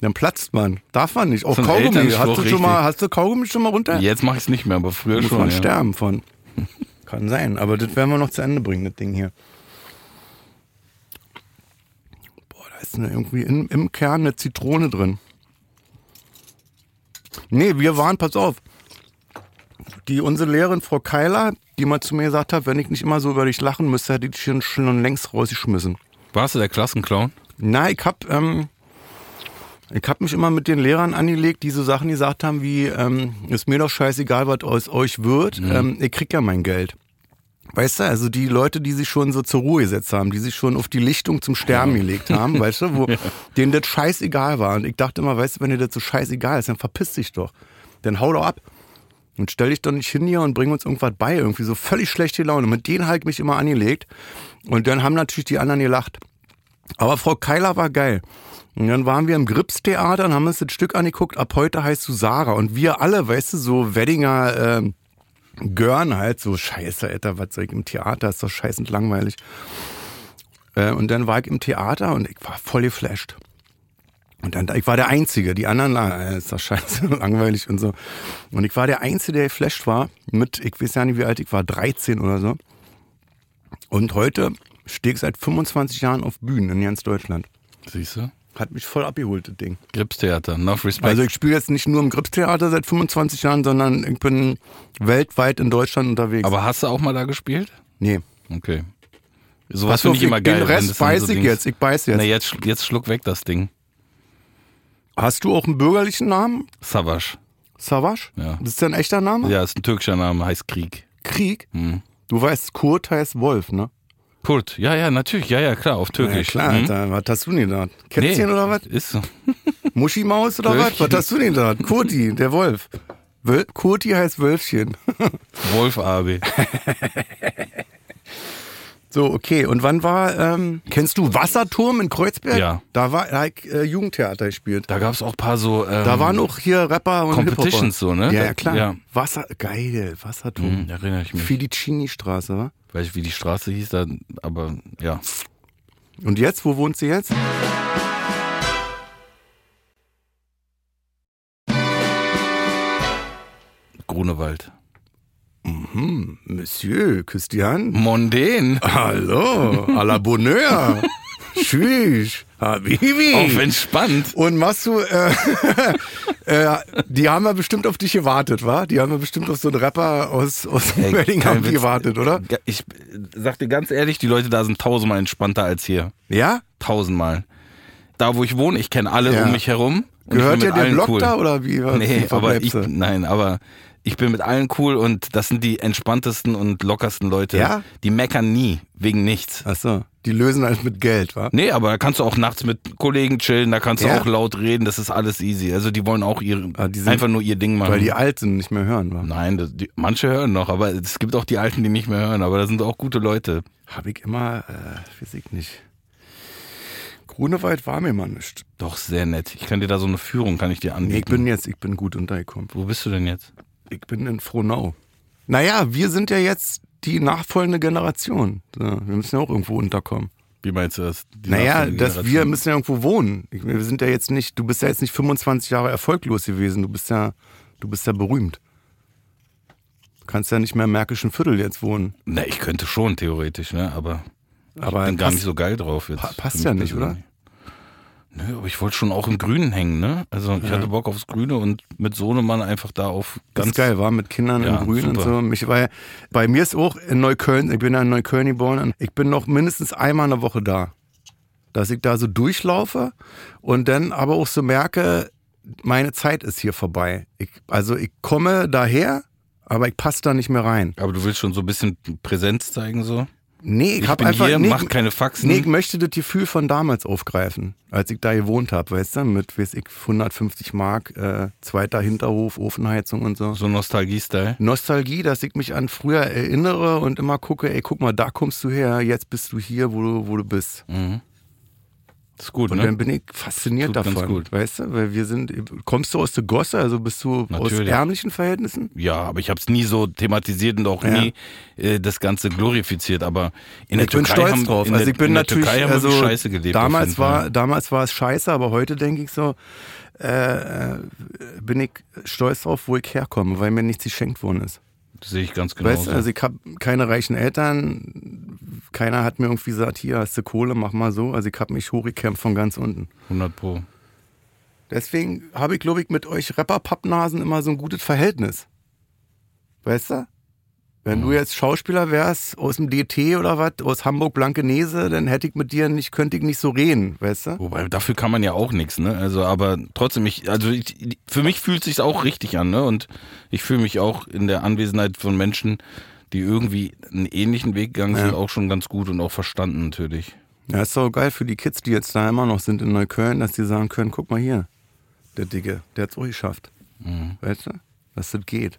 Speaker 2: Dann platzt man. Darf man nicht. Auch
Speaker 3: So ein
Speaker 2: Kaugummi.
Speaker 3: Elternspruch,
Speaker 2: Hast du, schon mal,
Speaker 3: richtig.
Speaker 2: hast du Kaugummi schon mal runter?
Speaker 3: Jetzt mache ich es nicht mehr, aber früher
Speaker 2: Muss man
Speaker 3: schon. Ja.
Speaker 2: sterben von. Kann sein, aber das werden wir noch zu Ende bringen, das Ding hier. Boah, da ist eine, irgendwie in, im Kern eine Zitrone drin. Nee, wir waren, pass auf. Die, unsere Lehrerin, Frau Keiler, die mal zu mir gesagt hat, wenn ich nicht immer so über dich lachen müsste, hätte ich dich schon- schon längst rausgeschmissen.
Speaker 3: Warst du der Klassenclown?
Speaker 2: Na, ich hab, ähm, ich hab mich immer mit den Lehrern angelegt, die so Sachen gesagt haben wie, ähm, ist mir doch scheißegal, was aus euch wird, ähm, ich krieg ja mein Geld. Weißt du, also die Leute, die sich schon so zur Ruhe gesetzt haben, die sich schon auf die Lichtung zum Sterben gelegt haben, weißt du, wo denen das scheißegal war. Und ich dachte immer, weißt du, wenn dir das so scheißegal ist, dann verpiss dich doch. Dann hau doch ab. Und stell dich doch nicht hin hier und bring uns irgendwas bei. Irgendwie so völlig schlechte Laune. Mit denen halt mich immer angelegt. Und dann haben natürlich die anderen gelacht. Aber Frau Keiler war geil. Und dann waren wir im Gripstheater und haben uns das Stück angeguckt. Ab heute heißt du Sarah. Und wir alle, weißt du, so Weddinger ähm, Görn halt, so Scheiße, Alter, was soll ich im Theater? Ist doch scheißend langweilig. Äh, und dann war ich im Theater und ich war voll geflasht. Und dann, ich war der Einzige, die anderen, äh, ist doch scheiße, langweilig und so. Und ich war der Einzige, der geflasht war mit, ich weiß ja nicht wie alt, ich war 13 oder so. Und heute stehe ich seit 25 Jahren auf Bühnen in ganz Deutschland.
Speaker 3: Siehst du?
Speaker 2: Hat mich voll abgeholt, das Ding.
Speaker 3: Gripstheater, enough respect.
Speaker 2: Also ich spiele jetzt nicht nur im Gripstheater seit 25 Jahren, sondern ich bin weltweit in Deutschland unterwegs.
Speaker 3: Aber hast du auch mal da gespielt?
Speaker 2: nee.
Speaker 3: Okay.
Speaker 2: Pass
Speaker 3: Sowas finde
Speaker 2: auf,
Speaker 3: ich immer
Speaker 2: Den
Speaker 3: geil. wenn
Speaker 2: Rest
Speaker 3: das dann
Speaker 2: beiß
Speaker 3: so
Speaker 2: ich
Speaker 3: Dings-
Speaker 2: jetzt, ich beiß jetzt.
Speaker 3: Na, jetzt, sch- jetzt schluck weg das Ding.
Speaker 2: Hast du auch einen bürgerlichen Namen?
Speaker 3: Savasch.
Speaker 2: Savasch?
Speaker 3: Ja.
Speaker 2: Das ist dein echter Name?
Speaker 3: Ja, ist ein türkischer Name, heißt Krieg.
Speaker 2: Krieg?
Speaker 3: Hm.
Speaker 2: Du weißt, Kurt heißt Wolf, ne?
Speaker 3: Kurt, ja, ja, natürlich, ja, ja, klar, auf
Speaker 2: Ja,
Speaker 3: Türkisch.
Speaker 2: klar,
Speaker 3: Hm?
Speaker 2: Alter, was hast du denn da? Kätzchen
Speaker 3: Nee,
Speaker 2: oder was?
Speaker 3: Ist so.
Speaker 2: Muschimaus oder was? Was hast du denn da? Kurti, der Wolf. Wöl Kurti heißt Wölfchen.
Speaker 3: Wolf AB.
Speaker 2: So, okay. Und wann war, ähm, kennst du Wasserturm in Kreuzberg?
Speaker 3: Ja.
Speaker 2: Da war, da hab ich, äh, Jugendtheater gespielt.
Speaker 3: Da gab es auch ein paar so. Ähm,
Speaker 2: Da waren auch hier Rapper und
Speaker 3: Competitions
Speaker 2: Hip-Hopper.
Speaker 3: so, ne?
Speaker 2: Ja, ja, klar.
Speaker 3: Ja.
Speaker 2: Wasser, geil, Wasserturm.
Speaker 3: Hm, erinnere ich mich.
Speaker 2: Filicini-Straße, wa?
Speaker 3: Weiß ich, wie die Straße hieß, da, aber ja.
Speaker 2: Und jetzt, wo wohnt sie jetzt?
Speaker 3: Grunewald.
Speaker 2: Monsieur Christian.
Speaker 3: Mondän.
Speaker 2: Hallo, à la Bonheur. Tschüss, Habibi.
Speaker 3: Auf entspannt.
Speaker 2: Und machst du, äh, äh, die haben ja bestimmt auf dich gewartet, wa? Die haben ja bestimmt auf so einen Rapper aus, aus
Speaker 3: Ey,
Speaker 2: Wedding
Speaker 3: kein
Speaker 2: haben die
Speaker 3: Witz.
Speaker 2: gewartet, oder?
Speaker 3: Ga- Ich äh, sag dir ganz ehrlich, die Leute da sind tausendmal entspannter als hier.
Speaker 2: Ja?
Speaker 3: Tausendmal. Da, wo ich wohne, ich kenne alle
Speaker 2: Ja.
Speaker 3: um mich herum. und ich
Speaker 2: Gehört
Speaker 3: bin
Speaker 2: ja
Speaker 3: mit
Speaker 2: der
Speaker 3: allen
Speaker 2: Block
Speaker 3: cool.
Speaker 2: da oder wie? was
Speaker 3: Nee,
Speaker 2: die
Speaker 3: aber ich,
Speaker 2: Verblebse?
Speaker 3: nein, aber ich bin mit allen cool und das sind die entspanntesten und lockersten Leute.
Speaker 2: Ja?
Speaker 3: Die meckern nie, wegen nichts.
Speaker 2: Ach so, die lösen alles mit Geld, wa?
Speaker 3: Nee, aber da kannst du auch nachts mit Kollegen chillen, da kannst
Speaker 2: Ja?
Speaker 3: du auch laut reden, das ist alles easy. Also die wollen auch ihre,
Speaker 2: Ah, die sind-
Speaker 3: einfach nur ihr Ding machen.
Speaker 2: Weil die Alten nicht mehr hören, wa?
Speaker 3: Nein, das, die, manche hören noch, aber es gibt auch die Alten, die nicht mehr hören, aber da sind auch gute Leute.
Speaker 2: Hab ich immer, äh, weiß ich nicht. Grunewald war mir mal nicht.
Speaker 3: Doch, sehr nett. Ich kann dir da so eine Führung, kann ich dir anbieten.
Speaker 2: Nee, ich bin jetzt, ich bin gut untergekommen.
Speaker 3: Wo bist du denn jetzt?
Speaker 2: Ich bin in Frohnau. Naja, wir sind ja jetzt die nachfolgende Generation. So, wir müssen ja auch irgendwo unterkommen.
Speaker 3: Wie meinst du das? Die
Speaker 2: naja,
Speaker 3: nachfolgende
Speaker 2: dass wir
Speaker 3: Generation?
Speaker 2: müssen ja irgendwo wohnen. Ich, wir sind ja jetzt nicht, du bist ja jetzt nicht 25 Jahre erfolglos gewesen. Du bist ja, du bist ja berühmt. Du kannst ja nicht mehr im Märkischen Viertel jetzt wohnen.
Speaker 3: Na, ich könnte schon, theoretisch, ne, aber
Speaker 2: Aber
Speaker 3: bin gar
Speaker 2: passt-
Speaker 3: nicht so geil drauf jetzt.
Speaker 2: pa- passt
Speaker 3: Für
Speaker 2: ja
Speaker 3: mich
Speaker 2: nicht, oder?
Speaker 3: Nö, aber ich wollte schon auch im Grünen hängen, ne? Also ich hatte Bock aufs Grüne und mit Sohnemann einfach da auf
Speaker 2: Ganz,
Speaker 3: ganz
Speaker 2: geil, war mit Kindern
Speaker 3: Ja,
Speaker 2: im Grün und
Speaker 3: super.
Speaker 2: so. Mich, weil bei mir ist auch in Neukölln, ich bin ja in Neukölln geboren, und ich bin noch mindestens einmal in der Woche da. Dass ich da so durchlaufe und dann aber auch so merke, meine Zeit ist hier vorbei. Ich, also ich komme daher, aber ich passe da nicht mehr rein.
Speaker 3: Aber du willst schon so ein bisschen Präsenz zeigen so?
Speaker 2: Nee, ich,
Speaker 3: Ich
Speaker 2: hab
Speaker 3: bin
Speaker 2: einfach.
Speaker 3: hier,
Speaker 2: nee,
Speaker 3: mach keine Faxen.
Speaker 2: Nee, ich möchte das Gefühl von damals aufgreifen, als ich da gewohnt habe, weißt du, mit, weiß ich, 150 Mark, äh, zweiter Hinterhof, Ofenheizung und so.
Speaker 3: So Nostalgie-Style.
Speaker 2: Nostalgie, dass ich mich an früher erinnere und immer gucke, ey, guck mal, da kommst du her, jetzt bist du hier, wo du, wo du bist.
Speaker 3: Mhm. Ist gut,
Speaker 2: Und
Speaker 3: ne?
Speaker 2: dann bin ich fasziniert
Speaker 3: Tut ganz
Speaker 2: davon,
Speaker 3: gut.
Speaker 2: weißt du, weil wir sind, kommst du aus der Gosse, also bist du aus
Speaker 3: Natürlich.
Speaker 2: ärmlichen Verhältnissen?
Speaker 3: ja, aber ich habe es nie so thematisiert und auch
Speaker 2: Ja.
Speaker 3: nie äh, das Ganze glorifiziert. Aber in der
Speaker 2: Ich bin
Speaker 3: Türkei
Speaker 2: stolz
Speaker 3: haben,
Speaker 2: drauf.
Speaker 3: In der,
Speaker 2: also ich bin
Speaker 3: in der
Speaker 2: natürlich,
Speaker 3: Türkei haben wir
Speaker 2: also
Speaker 3: wirklich Scheiße gelebt. auf jeden
Speaker 2: damals
Speaker 3: Fall.
Speaker 2: war, damals war es Scheiße, aber heute denke ich so, äh, äh, bin ich stolz drauf, wo ich herkomme, weil mir nichts geschenkt worden ist.
Speaker 3: Das sehe ich ganz genau.
Speaker 2: Weißt du, also ich habe keine reichen Eltern, keiner hat mir irgendwie gesagt, hier hast du Kohle, mach mal so. Also ich habe mich hochgekämpft von ganz unten.
Speaker 3: 100 Pro.
Speaker 2: Deswegen habe ich, glaube ich, mit euch Rapper-Pappnasen immer so ein gutes Verhältnis. Weißt du? Wenn du jetzt Schauspieler wärst, aus dem DT oder was, aus Hamburg-Blankenese, dann hätte ich mit dir nicht, könnte ich nicht so reden, weißt du?
Speaker 3: Wobei, dafür kann man ja auch nichts, ne? Also, aber trotzdem, ich, also ich, für mich fühlt sich's auch richtig an, ne? Und ich fühle mich auch in der Anwesenheit von Menschen, die irgendwie einen ähnlichen Weg gegangen sind, auch schon ganz gut und auch verstanden natürlich.
Speaker 2: Ja, ist doch geil für die Kids, die jetzt da immer noch sind in Neukölln, dass die sagen können, guck mal hier, der Dicke, der hat's auch geschafft. Weißt du? Dass das geht.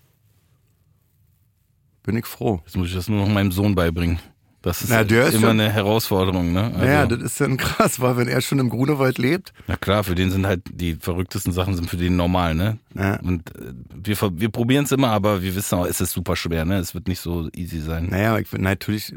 Speaker 2: Bin ich froh.
Speaker 3: Jetzt muss ich das nur noch meinem Sohn beibringen. Das ist
Speaker 2: Na, der ist
Speaker 3: immer
Speaker 2: ja-
Speaker 3: eine Herausforderung, ne? Also,
Speaker 2: Naja, das ist dann krass, weil wenn er schon im Grunewald lebt,
Speaker 3: Na klar, für den sind halt die verrücktesten Sachen sind für den normal, ne?
Speaker 2: Ja.
Speaker 3: Und äh, wir, ver- wir probieren es immer, aber wir wissen auch, es ist super schwer, ne? Es wird nicht so easy sein.
Speaker 2: naja, ich bin natürlich,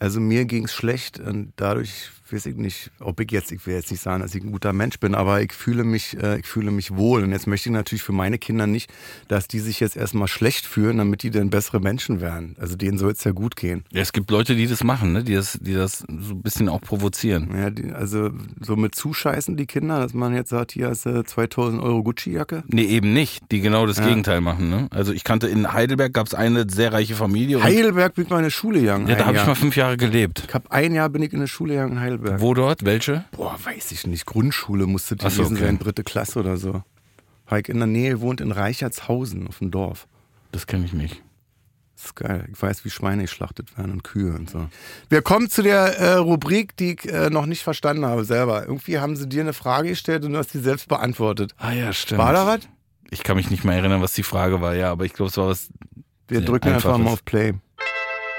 Speaker 2: also mir ging's schlecht und dadurch weiß ich nicht, ob ich jetzt, ich will jetzt nicht sagen, dass ich ein guter Mensch bin, aber ich fühle mich, äh, ich fühle mich wohl. Und jetzt möchte ich natürlich für meine Kinder nicht, dass die sich jetzt erstmal schlecht fühlen, damit die dann bessere Menschen werden. Also denen soll es ja gut gehen.
Speaker 3: Ja, es gibt Leute, die das machen, ne? die, das, die das so ein bisschen auch provozieren.
Speaker 2: Ja, die, also so mit zuscheißen die Kinder, dass man jetzt sagt, hier hast du 2000 Euro Gucci-Jacke.
Speaker 3: Nee, eben nicht, die genau das Gegenteil machen. Ne? Also ich kannte, in Heidelberg gab es eine sehr reiche Familie. Und,
Speaker 2: Heidelberg bin ich mal in der Schule gegangen.
Speaker 3: Ah, ja, da
Speaker 2: ein
Speaker 3: habe ich
Speaker 2: Jahr.
Speaker 3: mal fünf Jahre gelebt.
Speaker 2: ich hab ein Jahr bin ich in der Schule gegangen in Heidelberg.
Speaker 3: Wo dort? Welche?
Speaker 2: Boah, weiß ich nicht. Grundschule musste die
Speaker 3: Ach so,
Speaker 2: gewesen
Speaker 3: okay.
Speaker 2: sein, dritte Klasse oder so. Heik in der Nähe wohnt in Reichertshausen auf dem Dorf.
Speaker 3: Das kenne ich nicht.
Speaker 2: Das ist geil. Ich weiß, wie Schweine geschlachtet werden und Kühe und so. Wir kommen zu der äh, Rubrik, die ich äh, noch nicht verstanden habe selber. Irgendwie haben sie dir eine Frage gestellt und du hast die selbst beantwortet.
Speaker 3: Ah ja, stimmt.
Speaker 2: War da was?
Speaker 3: Ich kann mich nicht mehr erinnern, was die Frage war, ja, aber ich glaube, es war was.
Speaker 2: Wir
Speaker 3: Sehr
Speaker 2: drücken einfach
Speaker 3: einfaches.
Speaker 2: mal auf Play.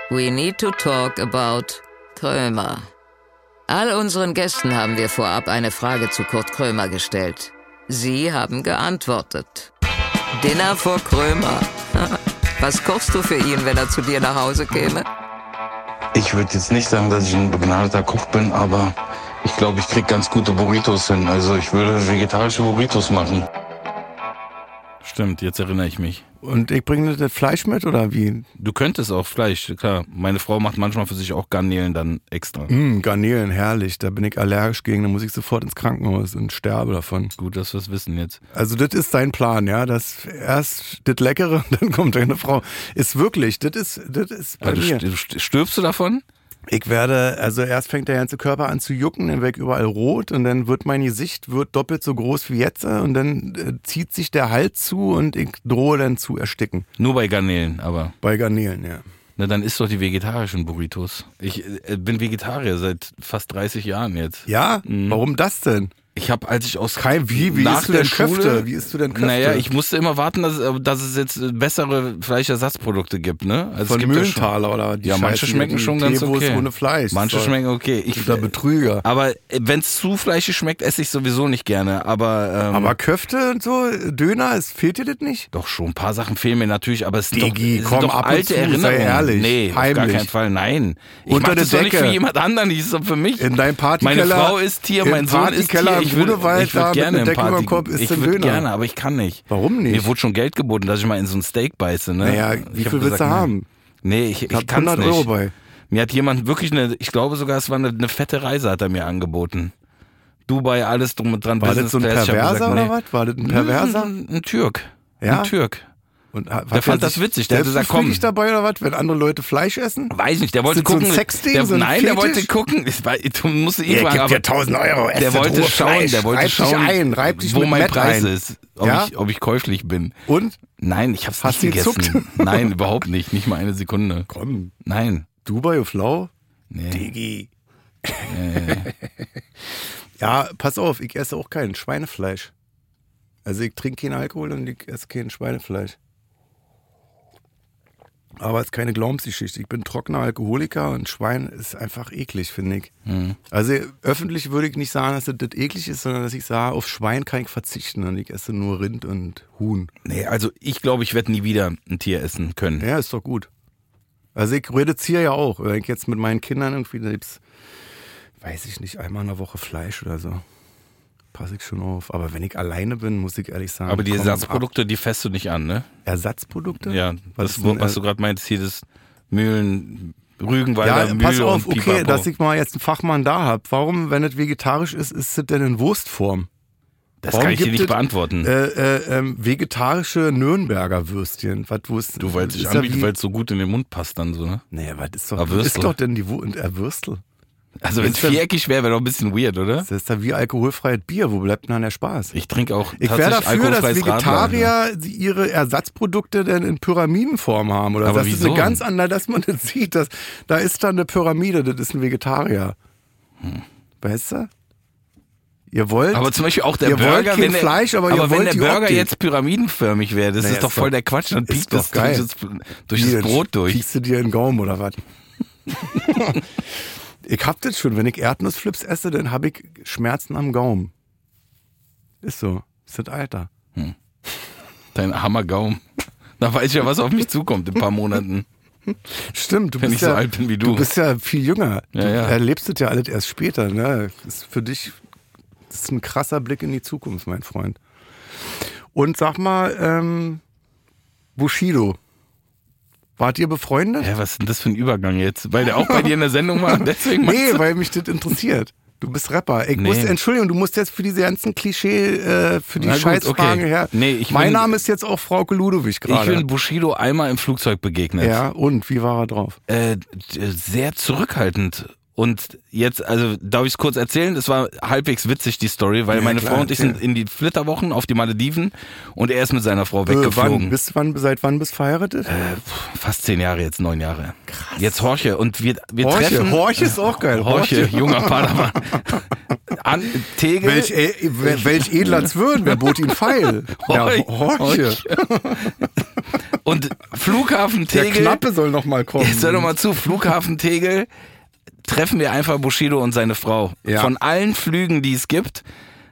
Speaker 1: We need to talk about Krömer. All unseren Gästen haben wir vorab eine Frage zu Kurt Krömer gestellt. Sie haben geantwortet. Dinner vor Krömer. Was kochst du für ihn, wenn er zu dir nach Hause käme?
Speaker 4: Ich würde jetzt nicht sagen, dass ich ein begnadeter Koch bin, aber ich glaube, ich krieg ganz gute Burritos hin. Also ich würde vegetarische Burritos machen.
Speaker 3: Stimmt, jetzt erinnere ich mich.
Speaker 2: Und ich bringe das Fleisch mit oder wie?
Speaker 3: Du könntest auch Fleisch, klar. Meine Frau macht manchmal für sich auch Garnelen dann extra.
Speaker 2: Mm, Garnelen, herrlich. Da bin ich allergisch gegen. Da muss ich sofort ins Krankenhaus und sterbe davon.
Speaker 3: Gut, dass wir es wissen jetzt.
Speaker 2: Also das ist dein Plan, ja? Das erst das Leckere und dann kommt deine Frau. Ist wirklich, das ist, das ist bei
Speaker 3: Weil du
Speaker 2: mir.
Speaker 3: st- st- stirbst du davon?
Speaker 2: Ich werde, also erst fängt der ganze Körper an zu jucken, dann weg überall rot und dann wird mein Gesicht wird doppelt so groß wie jetzt äh, und dann äh, zieht sich der Hals zu und ich drohe dann zu ersticken.
Speaker 3: Nur bei Garnelen, aber.
Speaker 2: Bei Garnelen, ja.
Speaker 3: Na, dann isst doch die vegetarischen Burritos. Ich äh, bin Vegetarier seit fast 30 Jahren jetzt.
Speaker 2: Ja? Warum das denn?
Speaker 3: Ich habe, als ich Mhm. aus
Speaker 2: Kai, wie- wie
Speaker 3: nach
Speaker 2: isst du denn
Speaker 3: der Schule-
Speaker 2: Köfte? Wie isst du denn Köfte?
Speaker 3: Naja, ich musste immer warten, dass, äh, dass es jetzt äh, bessere Fleischersatzprodukte gibt, ne? Also es
Speaker 2: Von
Speaker 3: gibt ja schon-
Speaker 2: Mühlenthaler oder die
Speaker 3: Ja, manche
Speaker 2: Scheiße,
Speaker 3: schmecken
Speaker 2: die
Speaker 3: schon ganz
Speaker 2: Teewurst
Speaker 3: okay.
Speaker 2: ohne Fleisch.
Speaker 3: Manche
Speaker 2: So.
Speaker 3: schmecken okay. Ich,
Speaker 2: Guter Betrüger.
Speaker 3: aber wenn es zu fleischig schmeckt, esse ich sowieso nicht gerne. Aber, ähm,
Speaker 2: Aber Köfte und so, Döner, ist, fehlt dir das nicht?
Speaker 3: doch schon ein paar Sachen fehlen mir natürlich, aber es sind
Speaker 2: Digi,
Speaker 3: doch, es
Speaker 2: komm,
Speaker 3: sind doch
Speaker 2: ab und
Speaker 3: alte
Speaker 2: zu, sei
Speaker 3: Erinnerungen.
Speaker 2: ehrlich,
Speaker 3: nee, auf gar
Speaker 2: heimlich.
Speaker 3: keinen Fall. Nein, ich
Speaker 2: Unter
Speaker 3: mach
Speaker 2: der
Speaker 3: das doch nicht
Speaker 2: Decke.
Speaker 3: für jemand anderen. Ich ist doch für mich.
Speaker 2: In deinem Partykeller.
Speaker 3: Meine Frau ist hier,
Speaker 2: im
Speaker 3: mein Sohn ist
Speaker 2: Partykeller
Speaker 3: hier.
Speaker 2: im
Speaker 3: Ich würde
Speaker 2: Grunewald,
Speaker 3: ich würd
Speaker 2: da mit
Speaker 3: gerne
Speaker 2: einer
Speaker 3: im
Speaker 2: Decke über
Speaker 3: Party,
Speaker 2: dem Kopf ist
Speaker 3: Ich
Speaker 2: ein
Speaker 3: würde
Speaker 2: Döner.
Speaker 3: gerne, aber ich kann nicht.
Speaker 2: Warum nicht?
Speaker 3: Mir wurde schon Geld geboten, dass ich mal in so ein Steak beiße. Ne?
Speaker 2: Naja, wie
Speaker 3: Ich hab
Speaker 2: viel willst
Speaker 3: gesagt,
Speaker 2: du
Speaker 3: nee.
Speaker 2: haben?
Speaker 3: Nee, ich,
Speaker 2: Ich
Speaker 3: ich
Speaker 2: hab
Speaker 3: kann
Speaker 2: 100
Speaker 3: nicht.
Speaker 2: Euro bei.
Speaker 3: Mir hat jemand wirklich eine, ich glaube sogar, es war eine, eine fette Reise, hat er mir angeboten. Dubai, alles drum und dran.
Speaker 2: War das so ein
Speaker 3: Business Class. Ich hab
Speaker 2: Perverser
Speaker 3: gesagt,
Speaker 2: oder
Speaker 3: nee. Mhm,
Speaker 2: was? War das ein Perverser? Ah.
Speaker 3: Ein, ein Türk.
Speaker 2: Ja?
Speaker 3: Ein Türk.
Speaker 2: Und hat
Speaker 3: Der fand das witzig, der hat gesagt, komm.
Speaker 2: ich dabei oder was, wenn andere Leute Fleisch essen?
Speaker 3: Weiß nicht, der wollte
Speaker 2: Ist das so ein
Speaker 3: gucken.
Speaker 2: Sexding,
Speaker 3: der,
Speaker 2: so ein
Speaker 3: nein, der
Speaker 2: Fetisch?
Speaker 3: wollte gucken. Ich war, du musst ihn fragen, aber
Speaker 2: 1000 Euro. ess
Speaker 3: der
Speaker 2: das
Speaker 3: wollte
Speaker 2: rohe
Speaker 3: schauen,
Speaker 2: Fleisch.
Speaker 3: der wollte
Speaker 2: reib
Speaker 3: schauen,
Speaker 2: dich ein, reib dich
Speaker 3: wo
Speaker 2: mit
Speaker 3: mein
Speaker 2: Mett
Speaker 3: Preis
Speaker 2: ein.
Speaker 3: ist, ob,
Speaker 2: Ja?
Speaker 3: ich, ob ich käuflich bin.
Speaker 2: Und?
Speaker 3: Nein, ich hab's
Speaker 2: Hast
Speaker 3: nicht
Speaker 2: du gezuckt?
Speaker 3: gegessen. Nein, überhaupt nicht, nicht mal eine Sekunde.
Speaker 2: Komm,
Speaker 3: Nein.
Speaker 2: Dubai auf Lau?
Speaker 3: Nee.
Speaker 2: Digi. ja, pass auf, ich esse auch kein Schweinefleisch. Also ich trinke keinen Alkohol und ich esse kein Schweinefleisch. Aber es ist keine Glaubensgeschichte. Ich bin trockener Alkoholiker und Schwein ist einfach eklig, finde ich. Also öffentlich würde ich nicht sagen, dass das das eklig ist, sondern dass ich sage, auf Schwein kann ich verzichten und ich esse nur Rind und Huhn.
Speaker 3: nee, also ich glaube, ich werde nie wieder ein Tier essen können.
Speaker 2: Ja, ist doch gut. Also ich reduziere ja auch. Wenn ich jetzt mit meinen Kindern irgendwie da gibt's, weiß ich nicht, einmal in der Woche Fleisch oder so. Passe ich schon auf. Aber wenn ich alleine bin, muss ich ehrlich sagen.
Speaker 3: Aber die
Speaker 2: komm,
Speaker 3: Ersatzprodukte, die fässt du nicht an, ne?
Speaker 2: ab- Ersatzprodukte?
Speaker 3: Ja,
Speaker 2: Was
Speaker 3: das,
Speaker 2: ist denn,
Speaker 3: wo- was
Speaker 2: äh,
Speaker 3: du gerade meinst, hier das Mühlen, Rügenwalder,
Speaker 2: ja,
Speaker 3: Mühle
Speaker 2: pass auf,
Speaker 3: und
Speaker 2: okay,
Speaker 3: Pipapo.
Speaker 2: dass ich mal jetzt einen Fachmann da habe. Warum, wenn es vegetarisch ist, ist es denn in Wurstform?
Speaker 3: das
Speaker 2: warum
Speaker 3: kann ich dir
Speaker 2: gibt
Speaker 3: nicht
Speaker 2: es-
Speaker 3: beantworten.
Speaker 2: Äh, äh, ähm, vegetarische Nürnberger Würstchen. Was, wo ist,
Speaker 3: du, weil es sich
Speaker 2: ist ja
Speaker 3: anbietet,
Speaker 2: wie-
Speaker 3: weil es so gut in den Mund passt dann so, ne?
Speaker 2: Nee, was ist doch,
Speaker 3: Aber Würstel.
Speaker 2: ist doch denn die Wurst? Äh, Würstel.
Speaker 3: Also wenn es
Speaker 2: Ist dann-
Speaker 3: viereckig wäre, wäre doch ein bisschen weird, oder?
Speaker 2: Das ist ja wie alkoholfreies Bier. Wo bleibt denn dann der Spaß?
Speaker 3: Ich trinke auch
Speaker 2: Ich wäre
Speaker 3: tatsächlich
Speaker 2: dafür, dass
Speaker 3: alkoholfreies Radler, ne?
Speaker 2: Vegetarier sie ihre Ersatzprodukte denn in Pyramidenform haben. Oder
Speaker 3: Aber
Speaker 2: das ist
Speaker 3: wieso?
Speaker 2: eine ganz andere, dass man das sieht. Dass, da ist dann eine Pyramide, das ist ein Vegetarier. Weißt du? Ihr wollt.
Speaker 3: Hm. Aber zum Beispiel auch der
Speaker 2: Ihr wollt
Speaker 3: Burger,
Speaker 2: kein
Speaker 3: wenn der,
Speaker 2: Fleisch, aber ihr
Speaker 3: wenn
Speaker 2: wollt
Speaker 3: der
Speaker 2: die
Speaker 3: Burger
Speaker 2: Optik.
Speaker 3: jetzt pyramidenförmig wäre, das
Speaker 2: Naja,
Speaker 3: ist doch
Speaker 2: ist
Speaker 3: voll
Speaker 2: doch-
Speaker 3: der Quatsch, dann
Speaker 2: ist
Speaker 3: piekt das
Speaker 2: doch geil.
Speaker 3: durch das, durch das Brot durch.
Speaker 2: Piekst du dir in den Gaumen oder was? ich hab das schon. Wenn ich Erdnussflips esse, dann hab ich Schmerzen am Gaumen. Ist so. Ist das Alter.
Speaker 3: Dein armer Gaum. Da weiß ich ja, was auf mich zukommt in ein paar Monaten.
Speaker 2: Stimmt, du
Speaker 3: Wenn
Speaker 2: bist
Speaker 3: ich so
Speaker 2: ja,
Speaker 3: alt bin wie du.
Speaker 2: bist ja viel jünger.
Speaker 3: Ja,
Speaker 2: du
Speaker 3: ja.
Speaker 2: erlebst es ja alles erst später. Ne? Ist für dich das ist ein krasser Blick in die Zukunft, mein Freund. Und sag mal, ähm, Bushido, wart ihr befreundet?
Speaker 3: Hä, was ist denn das für ein Übergang jetzt? Weil der auch bei dir in der Sendung war und deswegen meinst
Speaker 2: Nee,
Speaker 3: du-
Speaker 2: weil mich das interessiert. Du bist Rapper. Ich
Speaker 3: Nee.
Speaker 2: muss, Entschuldigung, du musst jetzt für diese ganzen Klischee, äh, für die
Speaker 3: Na gut,
Speaker 2: Scheißfragen
Speaker 3: okay.
Speaker 2: her.
Speaker 3: Nee, ich
Speaker 2: mein
Speaker 3: bin-
Speaker 2: Name ist jetzt auch Frauke Ludewig
Speaker 3: Ich
Speaker 2: gerade.
Speaker 3: bin Bushido einmal im Flugzeug begegnet.
Speaker 2: Ja, und wie war er drauf?
Speaker 3: Äh, d- sehr zurückhaltend. Und jetzt, also darf ich es kurz erzählen? Es war halbwegs witzig, die Story, weil
Speaker 2: Ja,
Speaker 3: meine
Speaker 2: klar,
Speaker 3: Frau und ich
Speaker 2: erzähl.
Speaker 3: sind in die Flitterwochen auf die Malediven und er ist mit seiner Frau
Speaker 2: Äh, wann,
Speaker 3: weggeflogen. Äh,
Speaker 2: bis, wann, seit wann bist du verheiratet?
Speaker 3: Fast zehn Jahre jetzt, neun Jahre. Krass. Jetzt Horche und wir, wir
Speaker 2: Horche.
Speaker 3: treffen...
Speaker 2: Horche ist auch geil.
Speaker 3: Horche, junger Padawan. An, Tegel...
Speaker 2: Welch, äh, wel- welch edler Zwirn, wer bot ihm Pfeil? Ja,
Speaker 3: Horch-
Speaker 2: Horche.
Speaker 3: Und Flughafen
Speaker 2: Der
Speaker 3: Tegel...
Speaker 2: Knappe soll noch mal kommen.
Speaker 3: Jetzt hör doch mal zu, Flughafen Tegel treffen wir einfach Bushido und seine Frau.
Speaker 2: Ja.
Speaker 3: Von allen Flügen, die es gibt,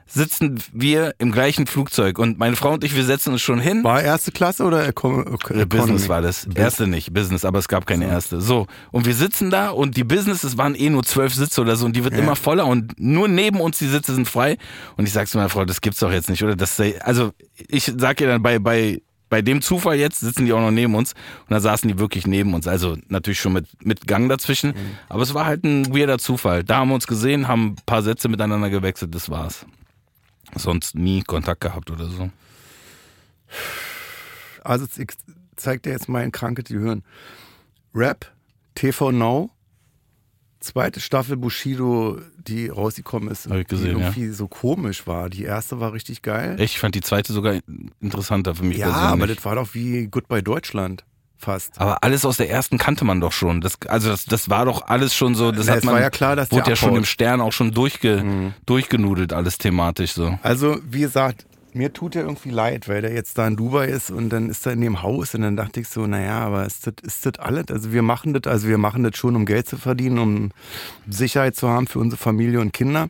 Speaker 3: sitzen wir im gleichen Flugzeug. Und meine Frau und ich, wir setzen uns schon hin.
Speaker 2: War erste Klasse oder Econ Econ-
Speaker 3: Äh, Business
Speaker 2: Economy? Äh,
Speaker 3: war das. Erste nicht, Business, aber es gab keine erste. So, und wir sitzen da und die Business, es waren eh nur zwölf Sitze oder so und die wird immer voller und nur neben uns die Sitze sind frei. Und ich sag zu meiner Frau, das gibt's doch jetzt nicht, oder? Das sei, also ich sag ihr dann, bei, bei, bei dem Zufall jetzt sitzen die auch noch neben uns und da saßen die wirklich neben uns. Also natürlich schon mit, mit Gang dazwischen.
Speaker 2: Mhm.
Speaker 3: Aber es war halt ein weirder Zufall. Da haben wir uns gesehen, haben ein paar Sätze miteinander gewechselt, das war's. Sonst nie Kontakt gehabt oder so.
Speaker 2: Also ich zeig dir jetzt mal in Kranke die Hören. Rap, TV Now, zweite Staffel Bushido, die rausgekommen ist.
Speaker 3: Hab ich gesehen,
Speaker 2: die
Speaker 3: ja.
Speaker 2: irgendwie so komisch war. Die erste war richtig geil.
Speaker 3: Ich fand die zweite sogar interessanter für mich
Speaker 2: ja,
Speaker 3: persönlich.
Speaker 2: aber das war doch wie Goodbye Deutschland fast.
Speaker 3: Aber alles aus der ersten kannte man doch schon. Das, also das, das war doch alles schon so. Das
Speaker 2: Na,
Speaker 3: hat
Speaker 2: es
Speaker 3: man,
Speaker 2: war ja klar, dass der Mhm.
Speaker 3: wurde ja schon
Speaker 2: abhaut.
Speaker 3: im Stern auch schon durchge, durchgenudelt, alles thematisch so.
Speaker 2: Also, wie gesagt, mir tut er irgendwie leid, weil der jetzt da in Dubai ist und dann ist er in dem Haus und dann dachte ich so, naja, aber ist das, ist das alles? Also wir machen das, also wir machen das schon, um Geld zu verdienen, um Sicherheit zu haben für unsere Familie und Kinder.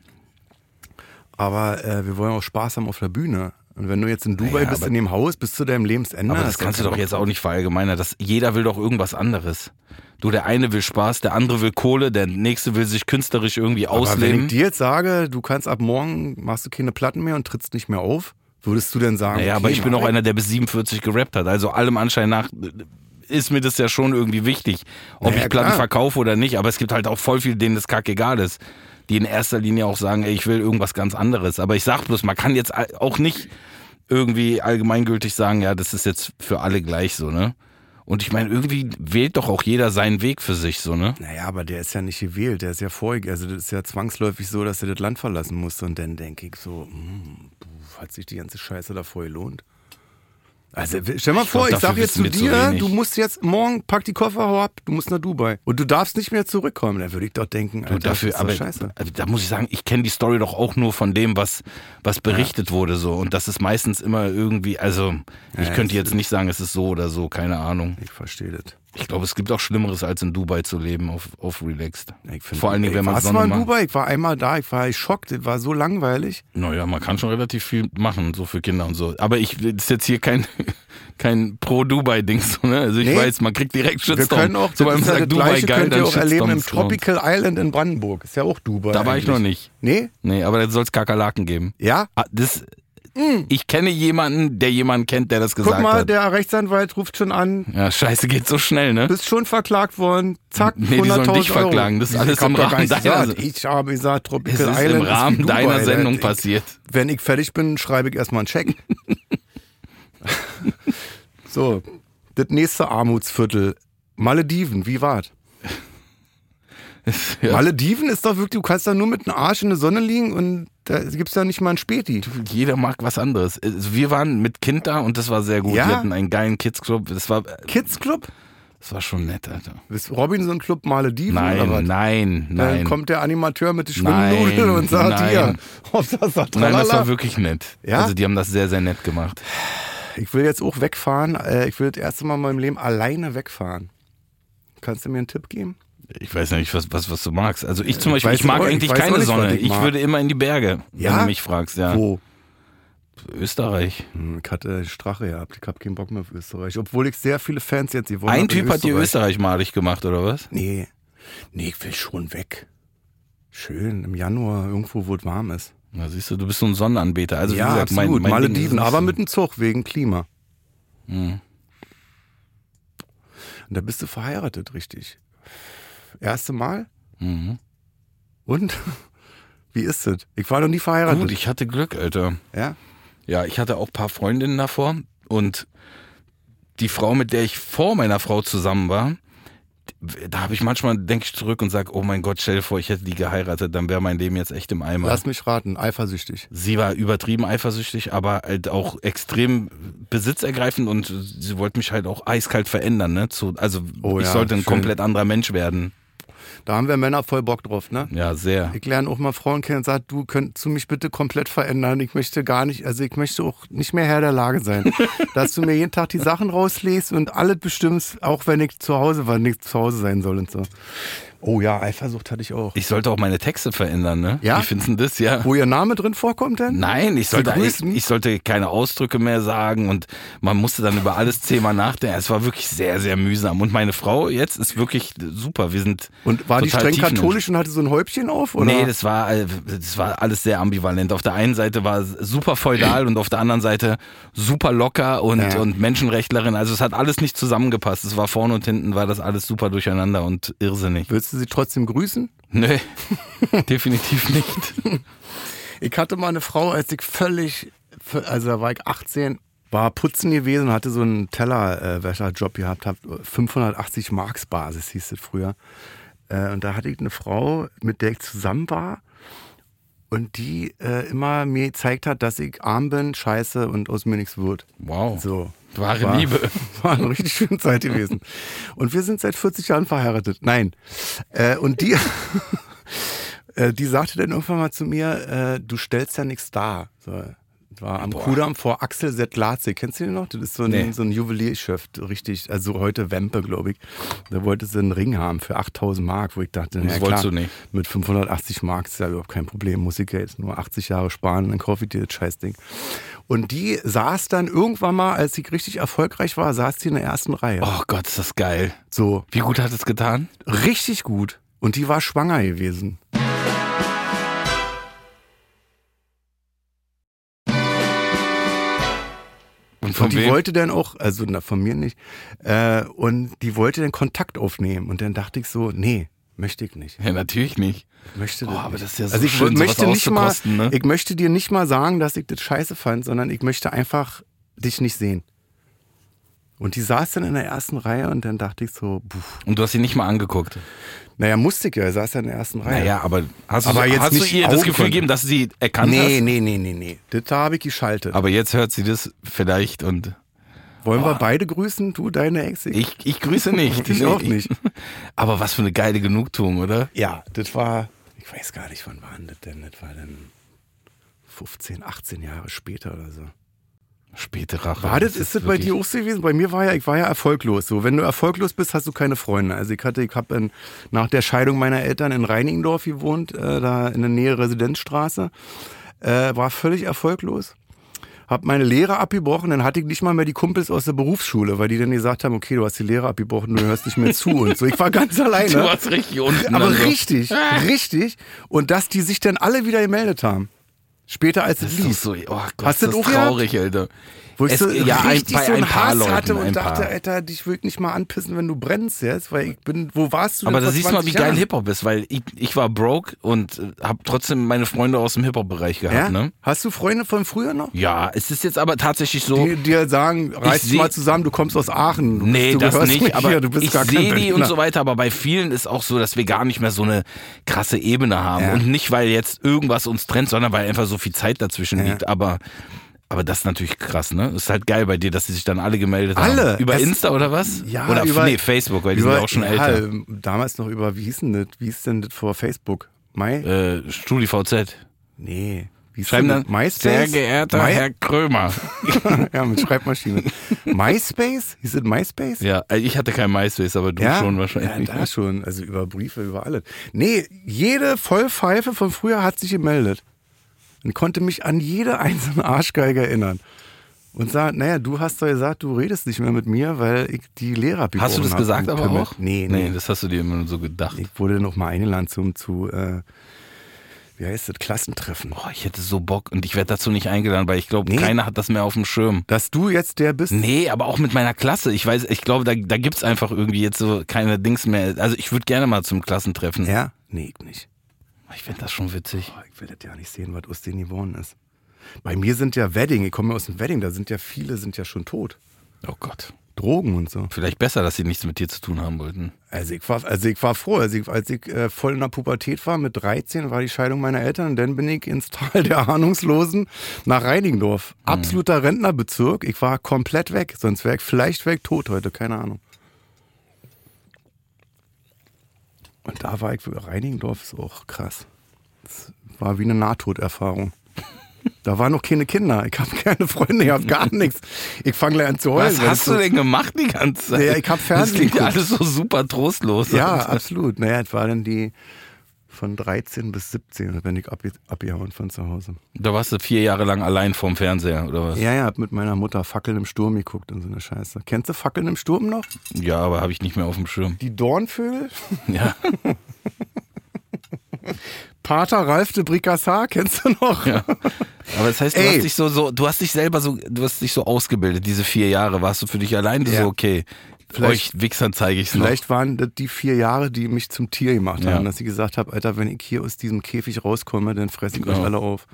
Speaker 2: Aber äh, wir wollen auch Spaß haben auf der Bühne. Und wenn du jetzt in Dubai
Speaker 3: Naja,
Speaker 2: bist,
Speaker 3: aber-
Speaker 2: in dem Haus, bis zu deinem Lebensende.
Speaker 3: Aber das
Speaker 2: hast
Speaker 3: kannst du doch jetzt auch nicht verallgemeinern. Das, jeder will doch irgendwas anderes. Du, der eine will Spaß, der andere will Kohle, der nächste will sich künstlerisch irgendwie
Speaker 2: Aber wenn ich
Speaker 3: ausleben.
Speaker 2: dir jetzt sage, du kannst ab morgen, machst du keine Platten mehr und trittst nicht mehr auf, würdest du denn sagen,
Speaker 3: Naja, aber
Speaker 2: okay,
Speaker 3: ich bin auch
Speaker 2: Marek,
Speaker 3: einer, der bis 47 gerappt hat. Also allem Anschein nach ist mir das ja schon irgendwie wichtig, ob
Speaker 2: Naja,
Speaker 3: ich Platten
Speaker 2: klar.
Speaker 3: verkaufe oder nicht. Aber es gibt halt auch voll viel, denen das kackegal ist. Die in erster Linie auch sagen, ey, ich will irgendwas ganz anderes. Aber ich sag bloß, man kann jetzt all- auch nicht irgendwie allgemeingültig sagen, ja, das ist jetzt für alle gleich so, ne? Und ich meine, irgendwie wählt doch auch jeder seinen Weg für sich, so, ne?
Speaker 2: Naja, aber der ist ja nicht gewählt, der ist ja vorig. Also das ist ja zwangsläufig so, dass er das Land verlassen musste. Und dann denke ich so, hm, puh, hat sich die ganze Scheiße davor gelohnt? Also stell mal vor,
Speaker 3: glaub,
Speaker 2: ich sag
Speaker 3: dafür
Speaker 2: jetzt zu
Speaker 3: wissen wir zu
Speaker 2: dir,
Speaker 3: wenig.
Speaker 2: du musst jetzt morgen, pack die Koffer, hau ab, du musst nach Dubai. Und du darfst nicht mehr zurückkommen. Dann würde ich doch denken, Alter,
Speaker 3: Und dafür,
Speaker 2: das ist
Speaker 3: aber
Speaker 2: doch scheiße.
Speaker 3: also da muss ich sagen, ich kenne die Story doch auch nur von dem, was, was berichtet wurde so. Und das ist meistens immer irgendwie, also ich
Speaker 2: Ja,
Speaker 3: könnte jetzt nicht sagen, es ist so oder so, keine Ahnung.
Speaker 2: Ich verstehe das.
Speaker 3: Ich glaube, es gibt auch Schlimmeres, als in Dubai zu leben, auf, auf Relaxed.
Speaker 2: Ich find-
Speaker 3: Vor allen Dingen,
Speaker 2: Ey,
Speaker 3: wenn man
Speaker 2: warst du
Speaker 3: Sonne
Speaker 2: mal in
Speaker 3: macht.
Speaker 2: Dubai, ich war einmal da, ich war geschockt, das war so langweilig.
Speaker 3: Naja, man kann schon relativ viel machen, so für Kinder und so. Aber ich das ist jetzt hier kein, kein Pro-Dubai-Ding. So, ne? Also ich
Speaker 2: Nee.
Speaker 3: weiß, man kriegt direkt
Speaker 2: Wir
Speaker 3: Shitstorm.
Speaker 2: können auch,
Speaker 3: so,
Speaker 2: das
Speaker 3: man
Speaker 2: ist ja
Speaker 3: sagt
Speaker 2: das
Speaker 3: Dubai
Speaker 2: Gleiche,
Speaker 3: geil,
Speaker 2: könnt ihr
Speaker 3: dann
Speaker 2: auch erleben im
Speaker 3: Shitstorms kommen.
Speaker 2: Tropical Island in Brandenburg. Ist ja auch Dubai
Speaker 3: Da war ich noch
Speaker 2: eigentlich.
Speaker 3: nicht.
Speaker 2: Nee?
Speaker 3: Nee, aber da soll es Kakerlaken geben.
Speaker 2: Ja?
Speaker 3: Ah, Das, Ich kenne jemanden, der jemanden kennt, Mm. der das gesagt
Speaker 2: Guck mal,
Speaker 3: hat.
Speaker 2: der Rechtsanwalt ruft schon an.
Speaker 3: ja, scheiße, geht so schnell, ne?
Speaker 2: Bist schon verklagt worden. Zack,
Speaker 3: Nee, die sollen
Speaker 2: 100.000
Speaker 3: dich
Speaker 2: Euro.
Speaker 3: verklagen. Das ist
Speaker 2: Ich
Speaker 3: alles
Speaker 2: hab
Speaker 3: im
Speaker 2: doch
Speaker 3: Rahmen
Speaker 2: gar nicht
Speaker 3: deiner-
Speaker 2: gesagt, Ich habe gesagt,
Speaker 3: Es
Speaker 2: Tropical
Speaker 3: ist
Speaker 2: Island
Speaker 3: im Rahmen
Speaker 2: ist wie Dubai,
Speaker 3: deiner
Speaker 2: Alter.
Speaker 3: Sendung
Speaker 2: ich,
Speaker 3: passiert.
Speaker 2: Wenn ich fertig bin, schreibe ich erstmal einen Check. so, das nächste Armutsviertel. Malediven, wie war's?
Speaker 3: Ja.
Speaker 2: Malediven ist doch wirklich, du kannst da nur mit dem Arsch in der Sonne liegen und da gibt's da nicht mal einen Späti.
Speaker 3: Jeder mag was anderes. Also wir waren mit Kind da und das war sehr gut.
Speaker 2: Ja?
Speaker 3: Wir hatten einen geilen Kids-Club. Das war,
Speaker 2: Kids Club?
Speaker 3: das war schon nett, Alter.
Speaker 2: Ist Robinson Club Malediven oder was?
Speaker 3: Nein, nein,
Speaker 2: Dann
Speaker 3: nein.
Speaker 2: kommt der Animateur mit den Schwimmnudeln
Speaker 3: Nein,
Speaker 2: und sagt
Speaker 3: nein.
Speaker 2: hier, auf das sagt
Speaker 3: Nein, das war
Speaker 2: tralala.
Speaker 3: wirklich nett.
Speaker 2: Ja?
Speaker 3: Also die haben das sehr, sehr nett gemacht.
Speaker 2: Ich will jetzt auch wegfahren. Äh, Ich will das erste Mal in meinem Leben alleine wegfahren. Kannst du mir einen Tipp geben?
Speaker 3: Ich weiß nicht, was, was, was du magst. Also ich zum Beispiel,
Speaker 2: weiß
Speaker 3: ich mag
Speaker 2: auch- ich
Speaker 3: eigentlich
Speaker 2: weiß auch
Speaker 3: keine
Speaker 2: nicht, was
Speaker 3: Sonne.
Speaker 2: ich
Speaker 3: Ich
Speaker 2: mag.
Speaker 3: würde immer in die Berge,
Speaker 2: Ja?
Speaker 3: wenn du mich fragst. Ja.
Speaker 2: Wo? Hm,
Speaker 3: Österreich.
Speaker 2: Ich hatte Strache gehabt, ich habe keinen Bock mehr auf Österreich. Obwohl ich sehr viele Fans jetzt hier
Speaker 3: Ein Typ hat die Österreich malig gemacht, oder was?
Speaker 2: Nee. Nee, ich will schon weg. Schön, im Januar, irgendwo, wo es warm ist.
Speaker 3: Na, siehst du, du bist so ein Sonnenanbeter. Also,
Speaker 2: ja,
Speaker 3: wie gesagt, mein,
Speaker 2: absolut.
Speaker 3: mein Ding
Speaker 2: Malediven,
Speaker 3: ist- Mhm,
Speaker 2: aber mit dem Zug, wegen Klima. Und da bist du verheiratet, richtig. Erste Mal?
Speaker 3: mhm.
Speaker 2: Und? Wie ist es? Ich war noch nie verheiratet.
Speaker 3: Gut, ich hatte Glück, Alter.
Speaker 2: ja?
Speaker 3: Ja, ich hatte auch ein paar Freundinnen davor und die Frau, mit der ich vor meiner Frau zusammen war, da habe ich manchmal, denke ich zurück und sage, oh mein Gott, stell dir vor, ich hätte die geheiratet, dann wäre mein Leben jetzt echt im Eimer.
Speaker 2: Lass mich raten, eifersüchtig.
Speaker 3: Sie war übertrieben eifersüchtig, aber halt auch extrem besitzergreifend und sie wollte mich halt auch eiskalt verändern. Ne? Zu, also
Speaker 2: Oh
Speaker 3: ich
Speaker 2: ja,
Speaker 3: sollte ein
Speaker 2: schön.
Speaker 3: komplett anderer Mensch werden.
Speaker 2: Da haben wir Männer voll Bock drauf, ne?
Speaker 3: Ja, sehr.
Speaker 2: Ich lerne auch mal Frauen kennen und sage, du könntest du mich bitte komplett verändern. Ich möchte gar nicht, also ich möchte auch nicht mehr Herr der Lage sein. Dass du mir jeden Tag die Sachen rauslegst und alles bestimmst, auch wenn ich zu Hause war, nicht zu Hause sein soll und so. Oh ja, Eifersucht hatte ich auch.
Speaker 3: Ich sollte auch meine Texte verändern, ne?
Speaker 2: Ja?
Speaker 3: Wie findest du das? Ja.
Speaker 2: Wo ihr Name drin vorkommt denn?
Speaker 3: Nein, ich sollte, ich,
Speaker 2: grüßen?
Speaker 3: ich sollte keine Ausdrücke mehr sagen und man musste dann über alles zehnmal nachdenken. Es war wirklich sehr, sehr mühsam. Und meine Frau jetzt ist wirklich super. Wir sind
Speaker 2: Und war die
Speaker 3: total
Speaker 2: streng
Speaker 3: tiefenentspannt.
Speaker 2: katholisch und hatte so ein Häubchen auf? Oder?
Speaker 3: Nee, das war, äh, das war alles sehr ambivalent. Auf der einen Seite war es super feudal und auf der anderen Seite super locker und,
Speaker 2: Ja.
Speaker 3: und Menschenrechtlerin. Also es hat alles nicht zusammengepasst. Es war vorne und hinten war das alles super durcheinander und irrsinnig.
Speaker 2: Willst du sie trotzdem grüßen?
Speaker 3: Nö, definitiv nicht.
Speaker 2: Ich hatte mal eine Frau, als ich völlig, also da war ich 18, war putzen gewesen, hatte so einen Tellerwäscherjob gehabt, hab 580 Marks Basis hieß es früher. Äh, Und da hatte ich eine Frau, mit der ich zusammen war und die äh, immer mir gezeigt hat, dass ich arm bin, scheiße und aus mir nichts wird.
Speaker 3: Wow.
Speaker 2: So.
Speaker 3: Genau. Wahre Liebe.
Speaker 2: War eine richtig schöne Zeit gewesen. Und wir sind seit 40 Jahren verheiratet. Nein. Äh, und die, äh, die sagte dann irgendwann mal zu mir, äh, du stellst ja nichts dar. So. War am
Speaker 3: Boah.
Speaker 2: Kudamm vor Axel Settlatze. Kennst du den noch? Das ist so ein,
Speaker 3: Nee.
Speaker 2: so ein Juweliergeschäft, richtig. Also heute Wempe, glaube ich. Da wollte sie einen Ring haben für 8000 Mark, wo ich dachte,
Speaker 3: Das
Speaker 2: ja, klar,
Speaker 3: wolltest du nicht.
Speaker 2: Mit 580 Mark ist ja überhaupt kein Problem. Muss ich ja jetzt nur 80 Jahre sparen, dann kaufe ich dir das Scheißding. Und die saß dann irgendwann mal, als ich richtig erfolgreich war, saß die in der ersten Reihe.
Speaker 3: Oh Gott, ist das geil.
Speaker 2: So,
Speaker 3: Wie gut hat es getan?
Speaker 2: richtig gut. Und die war schwanger gewesen.
Speaker 3: von
Speaker 2: und die wollte dann auch, also na, von mir nicht, äh, und die wollte dann Kontakt aufnehmen. Und dann dachte ich so, nee, möchte ich nicht.
Speaker 3: Ja, natürlich nicht.
Speaker 2: Möchte
Speaker 3: Oh, aber
Speaker 2: nicht.
Speaker 3: das ist ja so
Speaker 2: also ich
Speaker 3: schön,
Speaker 2: möchte
Speaker 3: sowas
Speaker 2: nicht mal,
Speaker 3: auszukosten, ne?
Speaker 2: ich möchte dir nicht mal sagen, dass ich das scheiße fand, sondern ich möchte einfach dich nicht sehen. Und die saß dann in der ersten Reihe und dann dachte ich so, puh,
Speaker 3: Und du hast sie nicht mal angeguckt.
Speaker 2: naja, musste ich ja, saß ja in der ersten Reihe.
Speaker 3: Naja, aber hast du,
Speaker 2: Aber jetzt
Speaker 3: hast du
Speaker 2: nicht
Speaker 3: ihr das Gefühl
Speaker 2: Augenkontakt.
Speaker 3: gegeben, dass du sie erkannt
Speaker 2: nee,
Speaker 3: hast?
Speaker 2: nee, nee, nee, nee. Das habe ich geschaltet.
Speaker 3: Aber jetzt hört sie das vielleicht und
Speaker 2: Wollen wir beide grüßen? Du, deine Ex?
Speaker 3: ich, ich grüße nicht.
Speaker 2: Ich
Speaker 3: Nee,
Speaker 2: auch nicht.
Speaker 3: Aber was für eine geile Genugtuung, oder?
Speaker 2: Ja, das war, ich weiß gar nicht, wann war denn das denn? Das war dann 15, 18 Jahre später oder so.
Speaker 3: Späte Rache.
Speaker 2: War das, Also, ist das bei
Speaker 3: wirklich-
Speaker 2: dir auch so gewesen? Bei mir war ja, ich war ja erfolglos. So, wenn du erfolglos bist, hast du keine Freunde. Also ich hatte, ich habe nach der Scheidung meiner Eltern in Reinigendorf gewohnt, äh, da in der Nähe Residenzstraße. Äh, war völlig erfolglos. Hab meine Lehre abgebrochen, dann hatte ich nicht mal mehr die Kumpels aus der Berufsschule, weil die dann gesagt haben, okay, du hast die Lehre abgebrochen, du hörst nicht mehr zu und so. Ich war ganz alleine.
Speaker 3: Du warst richtig unten.
Speaker 2: Aber
Speaker 3: also.
Speaker 2: richtig, richtig. Und dass die sich dann alle wieder gemeldet haben. Später als es
Speaker 3: Das ist doch
Speaker 2: lief.
Speaker 3: so, oh Gott,
Speaker 2: Hast du
Speaker 3: das
Speaker 2: das
Speaker 3: ist
Speaker 2: auch
Speaker 3: traurig, Alter.
Speaker 2: Wo ich
Speaker 3: Es-
Speaker 2: so
Speaker 3: ja, ein-
Speaker 2: richtig
Speaker 3: bei
Speaker 2: so einen
Speaker 3: ein paar
Speaker 2: Hass
Speaker 3: Leuten,
Speaker 2: hatte und
Speaker 3: ein
Speaker 2: dachte,
Speaker 3: paar.
Speaker 2: Alter, dich will ich nicht mal anpissen, wenn du brennst jetzt, weil ich bin, wo warst du
Speaker 3: Aber
Speaker 2: denn Ne,
Speaker 3: da
Speaker 2: vor
Speaker 3: siehst du mal,
Speaker 2: 20
Speaker 3: wie geil
Speaker 2: Jahren?
Speaker 3: Hip-Hop ist, weil ich, ich war broke und äh, hab trotzdem meine Freunde aus dem Hip-Hop-Bereich gehabt,
Speaker 2: ja?
Speaker 3: ne?
Speaker 2: Hast du Freunde von früher noch?
Speaker 3: Ja, es ist jetzt aber tatsächlich so.
Speaker 2: Die dir sagen, reiß dich
Speaker 3: seh-
Speaker 2: mal zusammen, du kommst aus Aachen. Du
Speaker 3: Nee,
Speaker 2: bist, du
Speaker 3: das
Speaker 2: gehörst
Speaker 3: nicht,
Speaker 2: mir
Speaker 3: aber
Speaker 2: hier, du bist
Speaker 3: ich
Speaker 2: gar kein
Speaker 3: sehe die und
Speaker 2: Berliner.
Speaker 3: so weiter, aber bei vielen ist auch so, dass wir gar nicht mehr so eine krasse Ebene haben.
Speaker 2: Ja.
Speaker 3: Und nicht, weil jetzt irgendwas uns trennt, sondern weil einfach so viel Zeit dazwischen liegt. Aber, aber das ist natürlich krass, ne? Ist halt geil bei dir, dass sie sich dann alle gemeldet haben.
Speaker 2: Alle.
Speaker 3: Über
Speaker 2: Es-
Speaker 3: Insta oder was?
Speaker 2: Ja,
Speaker 3: oder
Speaker 2: über-
Speaker 3: nee, Facebook, weil die
Speaker 2: über,
Speaker 3: sind ja auch schon älter.
Speaker 2: ähm, Damals noch über, wie hieß denn das, wie hieß denn das vor Facebook? Mai?
Speaker 3: Äh, StudiVZ.
Speaker 2: Nee. Wie hieß
Speaker 3: Schreiben
Speaker 2: denn das?
Speaker 3: dann,
Speaker 2: MySpace?
Speaker 3: sehr geehrter
Speaker 2: My-
Speaker 3: Herr Krömer.
Speaker 2: ja, mit Schreibmaschine. MySpace? Hieß es MySpace?
Speaker 3: ja, äh, ich hatte kein MySpace, aber du schon wahrscheinlich.
Speaker 2: Ja, da schon. Also über Briefe, über alles. Nee, jede Vollpfeife von früher hat sich gemeldet. und konnte mich an jede einzelne Arschgeige erinnern. Und sah, naja, du hast doch gesagt, du redest nicht mehr mit mir, weil ich die Lehrer
Speaker 3: Hast du das
Speaker 2: hab
Speaker 3: gesagt
Speaker 2: und
Speaker 3: aber
Speaker 2: Pimmel.
Speaker 3: auch?
Speaker 2: Nee, nee.
Speaker 3: das hast du dir immer nur so gedacht.
Speaker 2: Ich wurde noch mal eingeladen zum, zu, äh, wie heißt das, Klassentreffen.
Speaker 3: Boah, ich hätte so Bock und ich werde dazu nicht eingeladen, weil ich glaube,
Speaker 2: Nee.
Speaker 3: keiner hat das mehr auf dem Schirm.
Speaker 2: Dass du jetzt der bist,
Speaker 3: Nee, aber auch mit meiner Klasse. Ich weiß, ich glaube, da, da gibt es einfach irgendwie jetzt so keine Dings mehr. Also ich würde gerne mal zum Klassentreffen.
Speaker 2: ja? Nee, ich nicht.
Speaker 3: Ich finde das schon witzig.
Speaker 2: Boah, ich will das ja nicht sehen, was aus denen geworden ist. Bei mir sind ja Wedding, ich komme ja aus dem Wedding, da sind ja viele, sind ja schon tot.
Speaker 3: Oh Gott.
Speaker 2: Drogen und so.
Speaker 3: Vielleicht besser, dass sie nichts mit dir zu tun haben wollten.
Speaker 2: Also ich war, also ich war froh, als ich, als ich äh, voll in der Pubertät war, mit 13 war die Scheidung meiner Eltern und dann bin ich ins Tal der Ahnungslosen nach Reinigendorf.
Speaker 3: Mhm.
Speaker 2: Absoluter Rentnerbezirk, ich war komplett weg, sonst wäre ich vielleicht weg tot heute, keine Ahnung. Und da war ich, Reinigendorf ist auch krass. Das war wie eine Nahtoderfahrung. Da waren noch keine Kinder, ich habe keine Freunde, ich habe gar nichts. Ich fange gleich an zu heulen.
Speaker 3: Was
Speaker 2: wenn ich
Speaker 3: hast
Speaker 2: so-
Speaker 3: du denn gemacht die ganze Zeit?
Speaker 2: Ja, ich hab
Speaker 3: Das
Speaker 2: Fernsehen
Speaker 3: klingt ja
Speaker 2: geguckt.
Speaker 3: alles so super trostlos.
Speaker 2: Ja, absolut. Naja, es war dann die von 13 bis 17, da bin ich abge abgehauen von zu Hause.
Speaker 3: Da warst du vier Jahre lang allein vorm Fernseher, oder was?
Speaker 2: Ja, ja, hab mit meiner Mutter Fackeln im Sturm geguckt und so eine Scheiße. Kennst du Fackeln im Sturm noch?
Speaker 3: Ja, aber habe ich nicht mehr auf dem Schirm.
Speaker 2: Die Dornvögel?
Speaker 3: Ja.
Speaker 2: Pater Ralf de Bricassar, kennst du noch?
Speaker 3: ja. Aber das heißt, du
Speaker 2: Ey.
Speaker 3: hast dich so, so, du hast dich selber so, du hast dich so ausgebildet, diese vier Jahre. Warst du für dich allein? Du
Speaker 2: Ja.
Speaker 3: so, okay,
Speaker 2: Vielleicht-
Speaker 3: euch Wichsern zeige ich es noch.
Speaker 2: Vielleicht waren das die vier Jahre, die mich zum Tier gemacht haben,
Speaker 3: Ja.
Speaker 2: dass ich gesagt habe, Alter, wenn ich hier aus diesem Käfig rauskomme, dann fresse ich
Speaker 3: Genau.
Speaker 2: euch alle auf.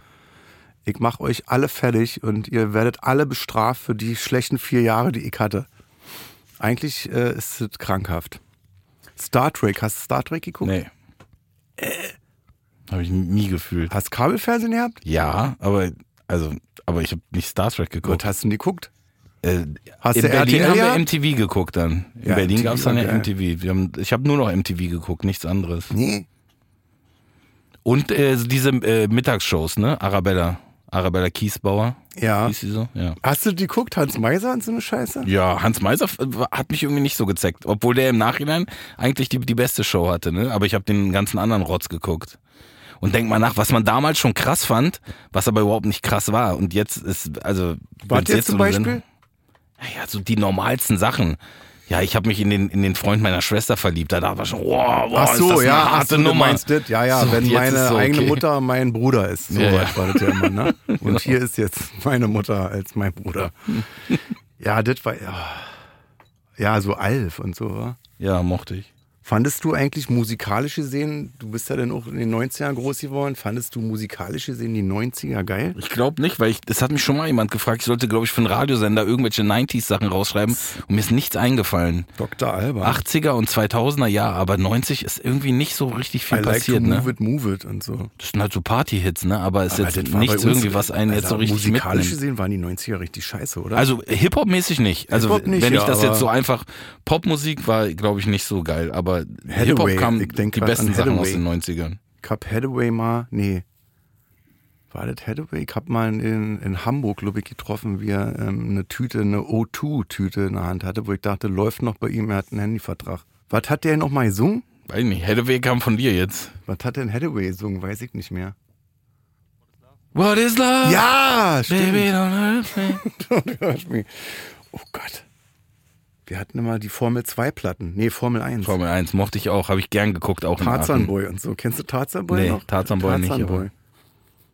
Speaker 2: Ich mache euch alle fertig und ihr werdet alle bestraft für die schlechten vier Jahre, die ich hatte. Eigentlich äh, ist es krankhaft. Star Trek, hast du Star Trek geguckt?
Speaker 3: Nee. Habe ich nie gefühlt.
Speaker 2: Hast Kabelfernsehen gehabt?
Speaker 3: Ja, aber, also, aber ich habe nicht Star Trek geguckt.
Speaker 2: Gott, hast du nie geguckt?
Speaker 3: Äh,
Speaker 2: Hast
Speaker 3: in
Speaker 2: du
Speaker 3: Berlin
Speaker 2: RTL
Speaker 3: haben
Speaker 2: ja?
Speaker 3: wir MTV geguckt dann. In
Speaker 2: Ja,
Speaker 3: Berlin
Speaker 2: MTV
Speaker 3: gab es dann ja
Speaker 2: war geil.
Speaker 3: MTV. Wir haben, ich habe nur noch MTV geguckt, nichts anderes.
Speaker 2: Nee.
Speaker 3: Und äh, diese äh, Mittagsshows, ne? Arabella. Arabella Kiesbauer.
Speaker 2: Ja.
Speaker 3: Hieß sie so? Ja.
Speaker 2: Hast du die geguckt, Hans Meiser und so eine Scheiße?
Speaker 3: Ja, Hans Meiser f- hat mich irgendwie nicht so gezeckt, obwohl der im Nachhinein eigentlich die, die beste Show hatte, ne? Aber ich habe den ganzen anderen Rotz geguckt. Und denk mal nach, was man damals schon krass fand, was aber überhaupt nicht krass war. Und jetzt ist, also.
Speaker 2: Wart
Speaker 3: wenn's
Speaker 2: ihr zum
Speaker 3: so eine Sendung-
Speaker 2: Beispiel?
Speaker 3: Ja, so die normalsten Sachen. Ja, ich habe mich in den, in den Freund meiner Schwester verliebt. Da dachte ich schon, wow, wow,
Speaker 2: Ach so,
Speaker 3: ist das eine
Speaker 2: ja, ach
Speaker 3: harte
Speaker 2: so, du
Speaker 3: Nummer.
Speaker 2: meinst das? Ja, ja,
Speaker 3: So,
Speaker 2: wenn
Speaker 3: und jetzt
Speaker 2: meine
Speaker 3: ist so,
Speaker 2: eigene
Speaker 3: okay.
Speaker 2: Mutter mein Bruder ist. So
Speaker 3: Ja,
Speaker 2: weit
Speaker 3: ja.
Speaker 2: war das ja immer, ne? Und hier ist jetzt meine Mutter als mein Bruder. Ja, das war, ja, ja so Alf und so, wa?
Speaker 3: Ja, mochte ich.
Speaker 2: Fandest du eigentlich musikalisch gesehen, du bist ja dann auch in den 90ern groß geworden, fandest du musikalisch gesehen die 90er geil?
Speaker 3: Ich glaube nicht, weil ich, das hat mich schon mal jemand gefragt. Ich sollte, glaube ich, für einen Radiosender irgendwelche 90s-Sachen rausschreiben und mir ist nichts eingefallen.
Speaker 2: Dr. Alba.
Speaker 3: 80er und 2000er, ja, aber 90 ist irgendwie nicht so richtig viel
Speaker 2: I like to
Speaker 3: passiert,
Speaker 2: move
Speaker 3: ne?
Speaker 2: it, move it und so.
Speaker 3: Das sind halt so Party-Hits, ne? Aber ist
Speaker 2: Aber
Speaker 3: jetzt
Speaker 2: das war
Speaker 3: nichts
Speaker 2: bei uns-
Speaker 3: irgendwie, was einen jetzt
Speaker 2: Alter,
Speaker 3: so richtig
Speaker 2: Musikalisch
Speaker 3: mitnimmt.
Speaker 2: gesehen waren die 90er richtig scheiße, oder?
Speaker 3: Also Hip-Hop-mäßig nicht. Also
Speaker 2: Hip-Hop nicht,
Speaker 3: wenn ich
Speaker 2: ja,
Speaker 3: das
Speaker 2: aber-
Speaker 3: jetzt so einfach, Popmusik war, glaube ich, nicht so geil, aber
Speaker 2: Hathaway,
Speaker 3: Hip-Hop kam
Speaker 2: ich denk
Speaker 3: die
Speaker 2: grad
Speaker 3: besten
Speaker 2: an
Speaker 3: Sachen aus
Speaker 2: Hathaway.
Speaker 3: den 90ern.
Speaker 2: Ich hab Hathaway mal, nee, war das Hathaway? Ich hab mal in, in Hamburg, glaube ich, getroffen, wie er ähm, eine Tüte, eine O2-Tüte in der Hand hatte, wo ich dachte, läuft noch bei ihm, er hat einen Handyvertrag. Was hat der nochmal gesungen?
Speaker 3: Weiß nicht, Hathaway kam von dir jetzt.
Speaker 2: Was hat denn Hathaway gesungen? Weiß ich nicht mehr.
Speaker 3: What is love?
Speaker 2: Ja,
Speaker 3: Baby,
Speaker 2: stimmt.
Speaker 3: don't hurt me.
Speaker 2: oh Gott. Wir hatten immer die Formel 2-Platten. Nee, Formel 1.
Speaker 3: Formel 1 mochte ich auch, habe ich gern geguckt, auch in
Speaker 2: Tarzan
Speaker 3: Aachen.
Speaker 2: Boy und so. Kennst du Tarzan Boy
Speaker 3: Nee,
Speaker 2: noch?
Speaker 3: Tarzan Boy nicht,
Speaker 2: Tarzan
Speaker 3: aber-
Speaker 2: Boy.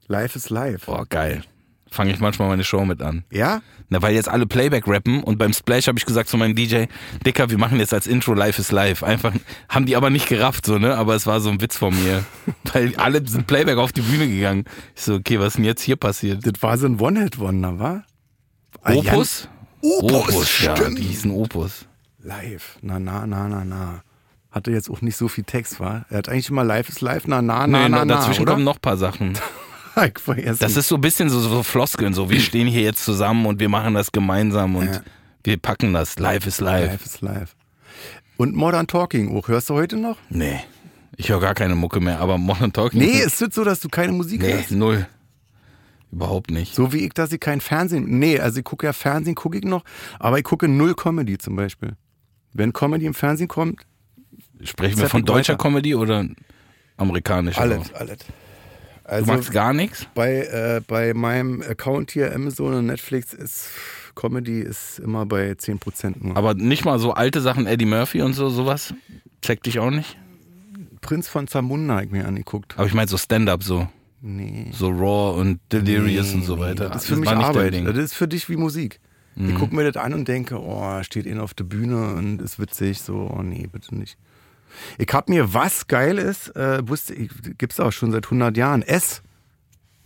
Speaker 2: Life is life.
Speaker 3: Boah, geil. Fange ich manchmal meine Show mit an.
Speaker 2: Ja?
Speaker 3: Na, weil jetzt alle Playback rappen und beim Splash habe ich gesagt zu meinem DJ, Dicker, wir machen jetzt als Intro Live is Live. Einfach, haben die aber nicht gerafft, so, ne? Aber es war so ein Witz von mir. weil alle sind Playback auf die Bühne gegangen. Ich so, okay, was ist denn jetzt hier passiert?
Speaker 2: Das war so ein One-Hit-Wonder, war? Ah,
Speaker 3: Opus?
Speaker 2: Opus,
Speaker 3: ja,
Speaker 2: stimmt.
Speaker 3: die hießen Opus.
Speaker 2: Live. Na, na, na, na, na. Hatte jetzt auch nicht so viel Text, war? Er hat eigentlich immer Live ist live, na, na, na,
Speaker 3: nee,
Speaker 2: na, na,
Speaker 3: dazwischen
Speaker 2: oder?
Speaker 3: kommen noch ein paar Sachen.
Speaker 2: Ich war erst
Speaker 3: Das ist so ein bisschen so, so Floskeln, so wir stehen hier jetzt zusammen und wir machen das gemeinsam und
Speaker 2: Ja.
Speaker 3: wir packen das. Live is live.
Speaker 2: Live is live. Und Modern Talking auch. Hörst du heute noch?
Speaker 3: Nee. Ich höre gar keine Mucke mehr, aber Modern Talking.
Speaker 2: Nee, ist das so, dass du keine Musik
Speaker 3: Mhm. Nee,
Speaker 2: hörst?
Speaker 3: null. Überhaupt nicht.
Speaker 2: So wie ich, dass ich kein Fernsehen... Nee, also ich gucke ja Fernsehen, gucke ich noch, aber ich gucke null Comedy zum Beispiel. Wenn Comedy im Fernsehen kommt,
Speaker 3: Sprechen wir
Speaker 2: Zappel
Speaker 3: von deutscher
Speaker 2: weiter.
Speaker 3: Comedy oder amerikanischer?
Speaker 2: alles, alles.
Speaker 3: Du
Speaker 2: Also
Speaker 3: magst gar nichts?
Speaker 2: bei, äh, bei meinem Account hier, Amazon und Netflix, ist Comedy ist immer bei 10% nur.
Speaker 3: Aber nicht mal so alte Sachen, Eddie Murphy und so, sowas? Checkt dich auch nicht?
Speaker 2: Prinz von Zamunda habe ich mir angeguckt.
Speaker 3: Aber ich meine so Stand-up so.
Speaker 2: Nee.
Speaker 3: So Raw und Delirious und so weiter.
Speaker 2: Das ist für mich
Speaker 3: war nicht dein
Speaker 2: Arbeit. Also
Speaker 3: Ding. Mhm.
Speaker 2: Das ist für dich wie Musik. Ich gucke mir das an und denke, oh, steht ihn auf der Bühne und ist witzig. So, oh nee, bitte nicht. Ich habe mir, was geil ist, äh, wusste ich, gibt's auch schon seit 100 Jahren, S,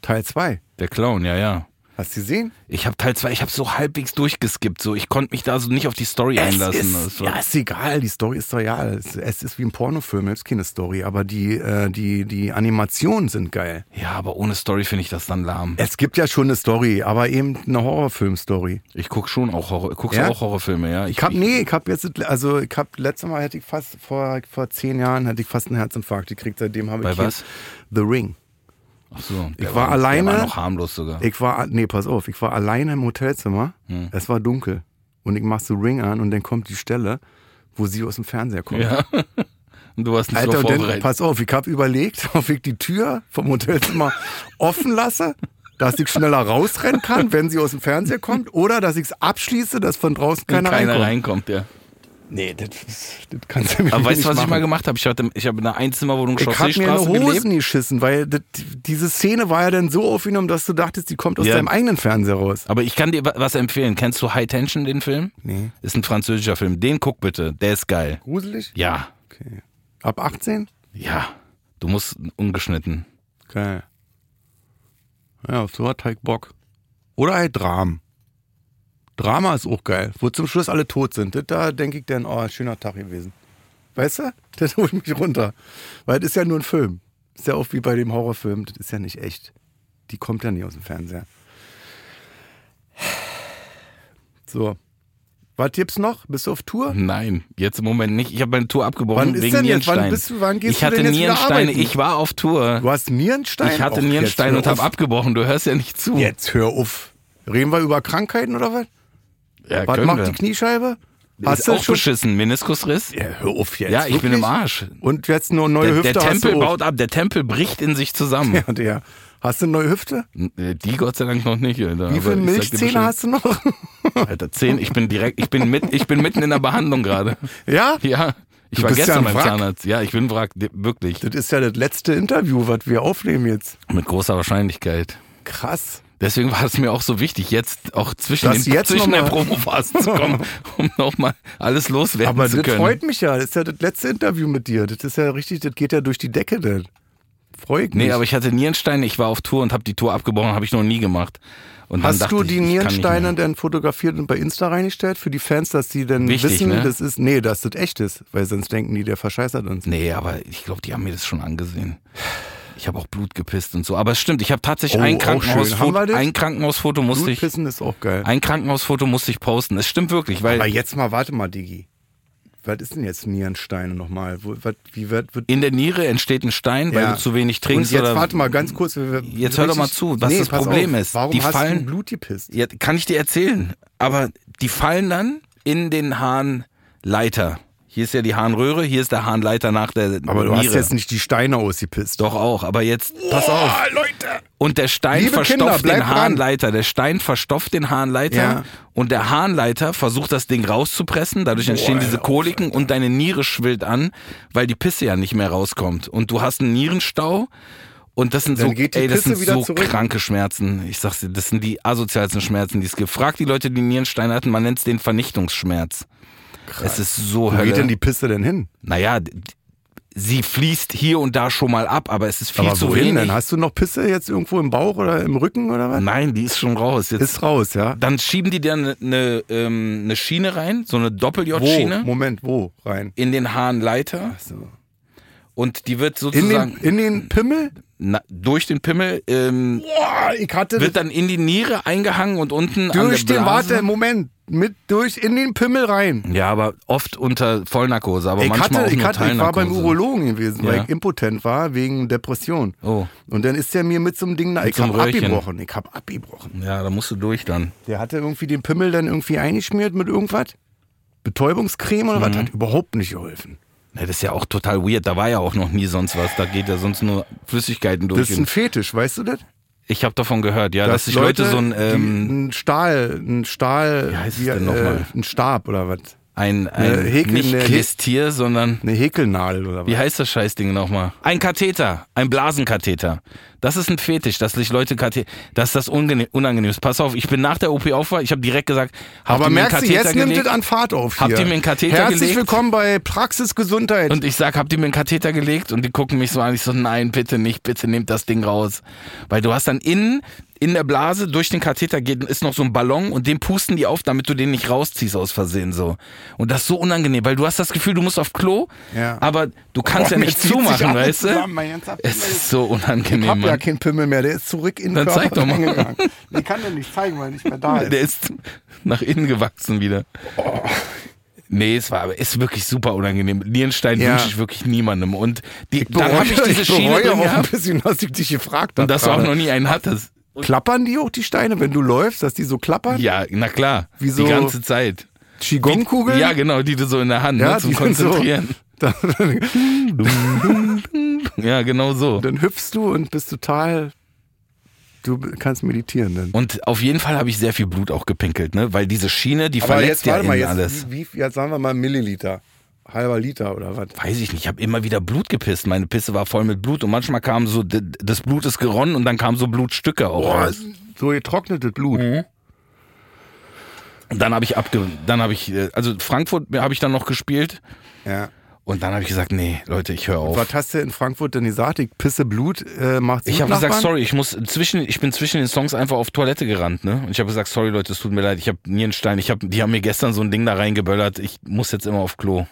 Speaker 2: Teil 2.
Speaker 3: Der Clown, ja, ja.
Speaker 2: Hast du gesehen?
Speaker 3: Ich habe Teil 2, ich habe so halbwegs durchgeskippt. So. Ich konnte mich da so nicht auf die Story einlassen.
Speaker 2: Es
Speaker 3: Das
Speaker 2: ist,
Speaker 3: war-
Speaker 2: ja, ist egal, die Story ist doch ja. Es, es ist wie ein Pornofilm, es ist keine Story, aber die, äh, die, die Animationen sind geil.
Speaker 3: ja, aber ohne Story finde ich das dann lahm.
Speaker 2: Es gibt ja schon eine Story, aber eben eine Horrorfilm-Story.
Speaker 3: Ich guck schon auch Horror, guckst
Speaker 2: Ja?
Speaker 3: du auch Horrorfilme, ja.
Speaker 2: Ich hab, nee, ich hab jetzt, also ich hab, letztes Mal hätte ich fast, vor, vor zehn Jahren hatte ich fast einen Herzinfarkt gekriegt, seitdem habe
Speaker 3: Bei
Speaker 2: ich hier-
Speaker 3: was?
Speaker 2: The Ring.
Speaker 3: Ach so,
Speaker 2: Ich
Speaker 3: der
Speaker 2: war alleine.
Speaker 3: Der war noch harmlos sogar.
Speaker 2: Ich war, nee, pass auf, ich war alleine im Hotelzimmer,
Speaker 3: Hm.
Speaker 2: es war dunkel und ich mach The Ring an und dann kommt die Stelle, wo sie aus dem Fernseher kommt.
Speaker 3: ja. Und du warst nicht
Speaker 2: Alter,
Speaker 3: so
Speaker 2: und dann,
Speaker 3: vorbereitet.
Speaker 2: pass auf, ich hab überlegt, ob ich die Tür vom Hotelzimmer offen lasse, dass ich schneller rausrennen kann, wenn sie aus dem Fernseher kommt, oder dass ich es abschließe, dass von draußen keiner,
Speaker 3: Keiner
Speaker 2: reinkommt.
Speaker 3: reinkommt, ja.
Speaker 2: Nee, das, das kannst du mir
Speaker 3: Aber weißt
Speaker 2: nicht
Speaker 3: du, was ich
Speaker 2: machen.
Speaker 3: mal gemacht habe? Ich hatte, ich habe in einer Einzimmerwohnung
Speaker 2: Ich hab mir in
Speaker 3: Chausseestraße
Speaker 2: die
Speaker 3: gelebt.
Speaker 2: Hosen geschissen, weil das, diese Szene war ja dann so aufgenommen, dass du dachtest, die kommt aus
Speaker 3: Ja.
Speaker 2: deinem eigenen Fernseher raus.
Speaker 3: Aber ich kann dir wa- was empfehlen. Kennst du High Tension, den Film?
Speaker 2: Nee.
Speaker 3: Ist ein französischer Film. Den guck bitte. Der ist geil.
Speaker 2: Gruselig?
Speaker 3: Ja.
Speaker 2: Okay. Ab 18?
Speaker 3: Ja. Du musst ungeschnitten.
Speaker 2: Geil. Ja, auf so hat Teig Bock. Oder halt Dram. Drama ist auch geil, wo zum Schluss alle tot sind. Das, da denke ich dann, oh, schöner Tag gewesen. Weißt du? Das holt mich runter. Weil das ist ja nur ein Film. Ist ja auch wie bei dem Horrorfilm, das ist ja nicht echt. Die kommt ja nicht aus dem Fernseher. So. Was gibt's noch? Bist du auf Tour?
Speaker 3: Nein, jetzt im Moment nicht. Ich habe meine Tour abgebrochen
Speaker 2: Wann ist
Speaker 3: wegen
Speaker 2: denn jetzt? Wann
Speaker 3: Nierenstein.
Speaker 2: bist du- wann gehst
Speaker 3: ich
Speaker 2: du
Speaker 3: hatte
Speaker 2: denn jetzt wieder
Speaker 3: Nierensteine.
Speaker 2: arbeiten?
Speaker 3: Ich war auf Tour.
Speaker 2: Du hast Nierenstein?
Speaker 3: Ich hatte
Speaker 2: Och,
Speaker 3: Nierenstein
Speaker 2: jetzt
Speaker 3: und
Speaker 2: hör
Speaker 3: habe
Speaker 2: auf.
Speaker 3: abgebrochen. Du hörst ja nicht zu.
Speaker 2: Jetzt hör auf. Reden wir über Krankheiten oder was?
Speaker 3: Ja,
Speaker 2: Was
Speaker 3: können
Speaker 2: macht
Speaker 3: wir.
Speaker 2: die Kniescheibe? Hast
Speaker 3: ist
Speaker 2: du
Speaker 3: auch
Speaker 2: schon?
Speaker 3: beschissen. Meniskusriss.
Speaker 2: Ja, hör auf jetzt.
Speaker 3: Ja, ich bin
Speaker 2: wirklich?
Speaker 3: im Arsch.
Speaker 2: Und jetzt nur neue
Speaker 3: Der,
Speaker 2: Hüfte
Speaker 3: der Tempel
Speaker 2: hast du auch.
Speaker 3: baut ab. Der Tempel bricht in sich zusammen.
Speaker 2: Ja, der. Hast du eine neue Hüfte?
Speaker 3: Äh, Die Gott sei Dank noch nicht. Alter.
Speaker 2: Wie viele
Speaker 3: Aber ich sag dir
Speaker 2: Milchzähne
Speaker 3: bestimmt-
Speaker 2: hast du noch?
Speaker 3: Alter, zehn. Ich bin direkt. Ich bin mit. Ich bin mitten in der Behandlung gerade.
Speaker 2: ja?
Speaker 3: Ja. Ich
Speaker 2: Du
Speaker 3: war
Speaker 2: bist ja
Speaker 3: gestern
Speaker 2: ein
Speaker 3: beim
Speaker 2: Wrack.
Speaker 3: Zahnarzt. Ja, ich bin Wrack, di- wirklich.
Speaker 2: Das ist ja das letzte Interview, was wir aufnehmen jetzt.
Speaker 3: Mit großer Wahrscheinlichkeit.
Speaker 2: Krass.
Speaker 3: Deswegen war es mir auch so wichtig, jetzt auch zwischen,
Speaker 2: Das
Speaker 3: den,
Speaker 2: jetzt
Speaker 3: zwischen der
Speaker 2: noch mal.
Speaker 3: Promophase zu kommen, um nochmal alles loswerden
Speaker 2: Aber
Speaker 3: zu
Speaker 2: das
Speaker 3: können.
Speaker 2: freut mich ja. Das ist ja das letzte Interview mit dir. Das ist ja richtig, das geht ja durch die Decke dann. Freu ich mich.
Speaker 3: nee, aber ich hatte Nierensteine, ich war auf Tour und habe die Tour abgebrochen, habe ich noch nie gemacht. Und dann
Speaker 2: Hast
Speaker 3: dachte
Speaker 2: du
Speaker 3: ich,
Speaker 2: die
Speaker 3: ich kann nicht
Speaker 2: Nierensteine
Speaker 3: mehr.
Speaker 2: dann fotografiert und bei Insta reingestellt für die Fans, dass die dann
Speaker 3: Wichtig,
Speaker 2: wissen,
Speaker 3: ne?
Speaker 2: das ist, nee, dass das echt ist, weil sonst denken die, der verscheißert uns.
Speaker 3: Nee, aber ich glaube, die haben mir das schon angesehen. Ich habe auch Blut gepisst und so. Aber es stimmt, ich habe tatsächlich
Speaker 2: Oh,
Speaker 3: ein,
Speaker 2: auch schön. Haben
Speaker 3: Krankenhausfoto,
Speaker 2: wir das?
Speaker 3: ein Krankenhausfoto musste ich,
Speaker 2: Blutpissen ist auch geil.
Speaker 3: ein Krankenhausfoto musste ich posten. Es stimmt wirklich, weil
Speaker 2: Aber jetzt mal, warte mal, Digi. Was ist denn jetzt Nierensteine nochmal? Wo, was, wie wird, wird
Speaker 3: in der Niere entsteht ein Stein, weil
Speaker 2: Ja.
Speaker 3: du zu wenig trinkst
Speaker 2: Und jetzt
Speaker 3: oder
Speaker 2: warte mal ganz kurz. wir- wir-
Speaker 3: Jetzt hör doch mal zu, was das
Speaker 2: pass
Speaker 3: Problem
Speaker 2: auf.
Speaker 3: ist.
Speaker 2: Warum
Speaker 3: Die
Speaker 2: hast du
Speaker 3: fallen-
Speaker 2: Blut gepisst?
Speaker 3: Ja, kann ich dir erzählen. Aber die fallen dann in den Harnleiter. Hier ist ja die Harnröhre, hier ist der Harnleiter nach der
Speaker 2: Aber du
Speaker 3: Niere.
Speaker 2: hast jetzt nicht die Steine ausgepisst.
Speaker 3: Doch auch, aber jetzt, pass auf.
Speaker 2: Leute!
Speaker 3: Und der Stein
Speaker 2: Liebe Kinder,
Speaker 3: verstopft
Speaker 2: bleibt
Speaker 3: den
Speaker 2: dran.
Speaker 3: Harnleiter. Der Stein verstopft den Harnleiter
Speaker 2: Ja.
Speaker 3: und der Harnleiter versucht das Ding rauszupressen. Dadurch entstehen diese Koliken und deine Niere schwillt an, weil die Pisse ja nicht mehr rauskommt. Und du hast einen Nierenstau und das sind
Speaker 2: Dann
Speaker 3: so,
Speaker 2: geht die
Speaker 3: ey, das
Speaker 2: Pisse
Speaker 3: sind
Speaker 2: wieder
Speaker 3: so
Speaker 2: zurück.
Speaker 3: kranke Schmerzen. Ich sag's dir, das sind die asozialsten Schmerzen, die es gibt. Frag die Leute, die Nierensteine hatten, man nennt's den Vernichtungsschmerz. Es ist
Speaker 2: Wo
Speaker 3: so Hölle.
Speaker 2: geht denn die Pisse denn hin?
Speaker 3: naja, d- sie fließt hier und da schon mal ab, aber es ist viel
Speaker 2: aber
Speaker 3: zu
Speaker 2: wohin
Speaker 3: wenig.
Speaker 2: denn? Hast du noch Pisse jetzt irgendwo im Bauch oder im Rücken oder was?
Speaker 3: Nein, die ist schon raus. Jetzt
Speaker 2: Ist raus, ja?
Speaker 3: dann schieben die dir eine ne, ähm, ne Schiene rein, so eine
Speaker 2: Wo?
Speaker 3: Doppel-J-Schiene
Speaker 2: Moment, wo? Rein.
Speaker 3: in den Harnleiter
Speaker 2: So.
Speaker 3: und die wird
Speaker 2: In,
Speaker 3: sozusagen
Speaker 2: den, in
Speaker 3: äh,
Speaker 2: den Pimmel?
Speaker 3: na, durch den Pimmel ähm,
Speaker 2: Boah, ich hatte
Speaker 3: wird dann in die Niere eingehangen und unten
Speaker 2: durch
Speaker 3: an der
Speaker 2: den,
Speaker 3: Blase.
Speaker 2: warte, Moment, mit durch in den Pimmel rein.
Speaker 3: Ja, aber oft unter Vollnarkose, aber
Speaker 2: Ich,
Speaker 3: manchmal
Speaker 2: hatte,
Speaker 3: auch
Speaker 2: ich,
Speaker 3: nur
Speaker 2: hatte, ich war beim
Speaker 3: Teilnarkose.
Speaker 2: Urologen gewesen, weil
Speaker 3: Ja.
Speaker 2: ich impotent war wegen Depression.
Speaker 3: Oh.
Speaker 2: Und dann ist er mir mit so einem Ding da. Ich
Speaker 3: so einem
Speaker 2: hab
Speaker 3: Röhrchen.
Speaker 2: abgebrochen. Ich hab abgebrochen.
Speaker 3: Ja, da musst du durch dann.
Speaker 2: Der hatte irgendwie den
Speaker 3: Mhm.
Speaker 2: Pimmel dann irgendwie eingeschmiert mit irgendwas. Betäubungscreme oder was? Hat überhaupt nicht geholfen.
Speaker 3: Na, das ist ja auch total weird. Da war ja auch noch nie sonst was. Da geht ja sonst nur Flüssigkeiten
Speaker 2: Das
Speaker 3: durch.
Speaker 2: ist ein Fetisch, weißt du das?
Speaker 3: ich habe davon gehört, ja, dass sich Leute, so ein,
Speaker 2: die
Speaker 3: ähm,
Speaker 2: einen Stahl, ein Stahl,
Speaker 3: Wie heißt es
Speaker 2: hier,
Speaker 3: denn nochmal?
Speaker 2: Äh, ein Stab oder was?
Speaker 3: ein, ein
Speaker 2: äh, Häkel in
Speaker 3: nicht
Speaker 2: der-
Speaker 3: Klistier, sondern
Speaker 2: Eine Häkelnadel oder was?
Speaker 3: Wie heißt das Scheißding nochmal? Ein Katheter, ein Blasenkatheter. Das ist ein Fetisch, dass sich Leute Katheter, dass das ungene- unangenehm ist. Pass auf, ich bin nach der OP aufwacht, ich habe direkt gesagt, habt
Speaker 2: Aber
Speaker 3: ihr mir einen
Speaker 2: merkst du,
Speaker 3: Katheter
Speaker 2: jetzt
Speaker 3: gelegt?
Speaker 2: nimmt es an Fahrt auf hier.
Speaker 3: Habt ihr mir einen Katheter
Speaker 2: Herzlich
Speaker 3: gelegt?
Speaker 2: willkommen bei Praxis Gesundheit.
Speaker 3: Und ich sag, habt ihr mir einen Katheter gelegt? Und die gucken mich so an. Ich so, nein, bitte nicht, bitte nehmt das Ding raus. Weil du hast dann innen, in der Blase, durch den Katheter geht, ist noch so ein Ballon und den pusten die auf, damit du den nicht rausziehst aus Versehen so. Und das ist so unangenehm, weil du hast das Gefühl, du musst auf Klo,
Speaker 2: Ja.
Speaker 3: aber du kannst ja
Speaker 2: mir
Speaker 3: nicht
Speaker 2: zieht sich
Speaker 3: zumachen,
Speaker 2: alles
Speaker 3: weißt du?
Speaker 2: zusammen, mein ganzer
Speaker 3: Es
Speaker 2: Pimmel.
Speaker 3: ist so unangenehm,
Speaker 2: ich hab ja
Speaker 3: Mann.
Speaker 2: keinen Pimmel mehr, der ist zurück in den
Speaker 3: Dann
Speaker 2: Körper
Speaker 3: zeig doch mal.
Speaker 2: reingegangen. Ich kann den nicht zeigen, weil er nicht mehr da ist.
Speaker 3: Der ist nach innen gewachsen wieder.
Speaker 2: Oh.
Speaker 3: Nee, es war aber ist wirklich super unangenehm. Nierenstein
Speaker 2: Ja.
Speaker 3: wünsche ich wirklich niemandem. Und die,
Speaker 2: Ich
Speaker 3: dann habe ich
Speaker 2: bereue-
Speaker 3: diese Schiene
Speaker 2: bereue
Speaker 3: drin
Speaker 2: auch ein
Speaker 3: gehabt.
Speaker 2: bisschen, dass ich dich gefragt
Speaker 3: Und
Speaker 2: habe.
Speaker 3: dass du auch noch nie einen hattest.
Speaker 2: Klappern die auch die Steine, wenn du läufst, dass die so klappern?
Speaker 3: Ja, na klar.
Speaker 2: Wieso?
Speaker 3: Die ganze Zeit.
Speaker 2: Qigong-Kugeln?
Speaker 3: Ja, genau, die du so in der Hand,
Speaker 2: Ja,
Speaker 3: ne, zum
Speaker 2: die sind so-
Speaker 3: Konzentrieren.
Speaker 2: Dann,
Speaker 3: Ja, genau so.
Speaker 2: dann hüpfst du und bist total. Du kannst meditieren dann.
Speaker 3: Und auf jeden Fall habe ich sehr viel Blut auch gepinkelt, ne? Weil diese Schiene, die verletzt ja innen alles.
Speaker 2: Wie, wie- jetzt sagen wir mal Milliliter. Halber Liter oder was?
Speaker 3: Weiß ich nicht, ich habe immer wieder Blut gepisst. Meine Pisse war voll mit Blut und manchmal kam so, d- das Blut ist geronnen und dann kamen so Blutstücke auch raus.
Speaker 2: So getrocknetes
Speaker 3: Mhm.
Speaker 2: Blut.
Speaker 3: Und dann habe ich abge, dann habe ich, äh, also Frankfurt habe ich dann noch gespielt
Speaker 2: Ja.
Speaker 3: und dann habe ich gesagt, nee, Leute, ich höre auf.
Speaker 2: Was hast du in Frankfurt denn gesagt? Ich pisse Blut, äh, macht's
Speaker 3: Ich
Speaker 2: gut,
Speaker 3: habe gesagt,
Speaker 2: Nachbarn?
Speaker 3: sorry, ich muss zwischen, ich bin zwischen den Songs einfach auf Toilette gerannt, ne? Und ich habe gesagt, sorry Leute, es tut mir leid, ich habe Nierenstein, ich habe, die haben mir gestern so ein Ding da reingeböllert, ich muss jetzt immer auf Klo.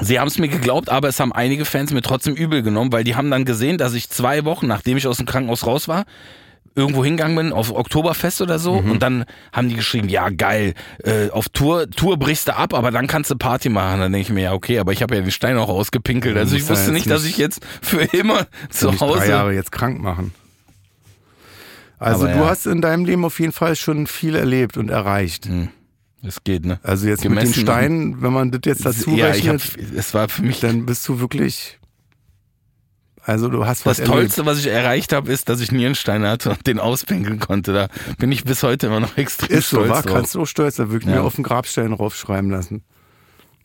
Speaker 3: Sie haben es mir geglaubt, aber es haben einige Fans mir trotzdem übel genommen, weil die haben dann gesehen, dass ich zwei Wochen, nachdem ich aus dem Krankenhaus raus war, irgendwo hingegangen bin, auf Oktoberfest oder so.
Speaker 2: Mhm.
Speaker 3: Und dann haben die geschrieben, ja geil, äh, auf Tour, Tour brichst du ab, aber dann kannst du Party machen. Dann denke ich mir, ja okay, aber ich habe ja den Stein auch ausgepinkelt. Also ich
Speaker 2: musst ja
Speaker 3: wusste
Speaker 2: jetzt
Speaker 3: nicht, dass
Speaker 2: nicht-
Speaker 3: ich jetzt für immer zu
Speaker 2: mich drei
Speaker 3: Hause
Speaker 2: Jahre jetzt krank machen. Also
Speaker 3: Aber
Speaker 2: du
Speaker 3: ja.
Speaker 2: hast in deinem Leben auf jeden Fall schon viel erlebt und erreicht.
Speaker 3: Es geht, ne?
Speaker 2: Also jetzt mit den
Speaker 3: Gemessen an-
Speaker 2: Steinen, wenn man das jetzt dazu
Speaker 3: ja, ich hab,
Speaker 2: rechnet,
Speaker 3: es war für mich
Speaker 2: dann bist du wirklich. Also du hast was
Speaker 3: das
Speaker 2: erlebt.
Speaker 3: Tollste, was ich erreicht habe, ist, dass ich Nierensteine hatte und den auspinkeln konnte. Da bin ich bis heute immer noch extrem
Speaker 2: Ist so,
Speaker 3: stolz
Speaker 2: war,
Speaker 3: drauf.
Speaker 2: kannst du auch stolz, da wirklich
Speaker 3: Ja.
Speaker 2: mir auf den Grabstein raufschreiben lassen.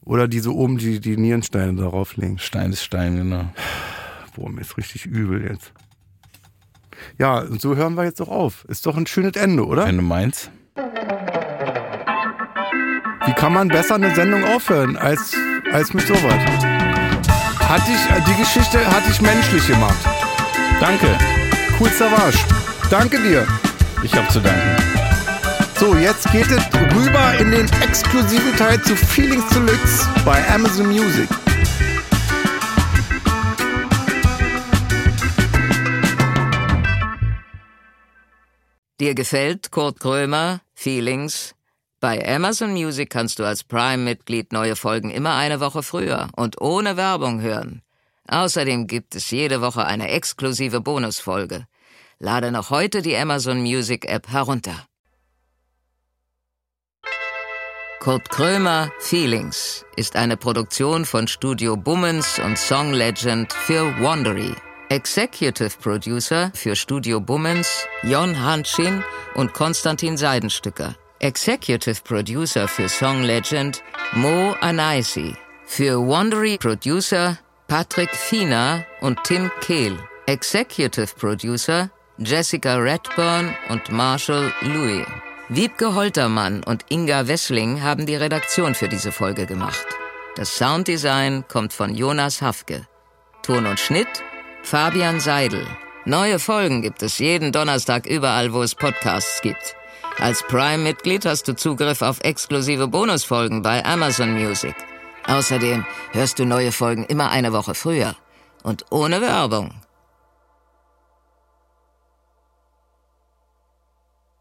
Speaker 2: Oder die so oben, die, die Nierensteine da rauflegen.
Speaker 3: Stein ist Stein, genau.
Speaker 2: Boah, mir ist richtig übel jetzt. Ja, und so hören wir jetzt doch auf. Ist doch ein schönes Ende, oder?
Speaker 3: Wenn du meinst.
Speaker 2: Wie kann man besser eine Sendung aufhören als, als mit sowas? Hat dich, äh, die Geschichte hat dich menschlich gemacht.
Speaker 3: Danke.
Speaker 2: Cool Savage. Danke dir.
Speaker 3: Ich habe zu danken.
Speaker 2: So, jetzt geht es rüber in den exklusiven Teil zu Feelings Deluxe bei Amazon Music.
Speaker 1: Dir gefällt Kurt Krömer, Feelings? Bei Amazon Music kannst du als Prime-Mitglied neue Folgen immer eine Woche früher und ohne Werbung hören. Außerdem gibt es jede Woche eine exklusive Bonusfolge. Lade noch heute die Amazon Music App herunter. Kurt Krömer Feelings ist eine Produktion von Studio Bummens und Song Legend für Wandery. Executive Producer für Studio Bummens Jon Hanschin und Konstantin Seidenstücker. Executive Producer für Song Legend Mo Anaisi. Für Wandery Producer Patrick Fiener und Tim Kehl. Executive Producer Jessica Redburn und Marshall Louis. Wiebke Holtermann und Inga Wessling haben die Redaktion für diese Folge gemacht. Das Sounddesign kommt von Jonas Hafke. Ton und Schnitt Fabian Seidel. Neue Folgen gibt es jeden Donnerstag überall, wo es Podcasts gibt. Als Prime-Mitglied hast du Zugriff auf exklusive Bonusfolgen bei Amazon Music. Außerdem hörst du neue Folgen immer eine Woche früher und ohne Werbung.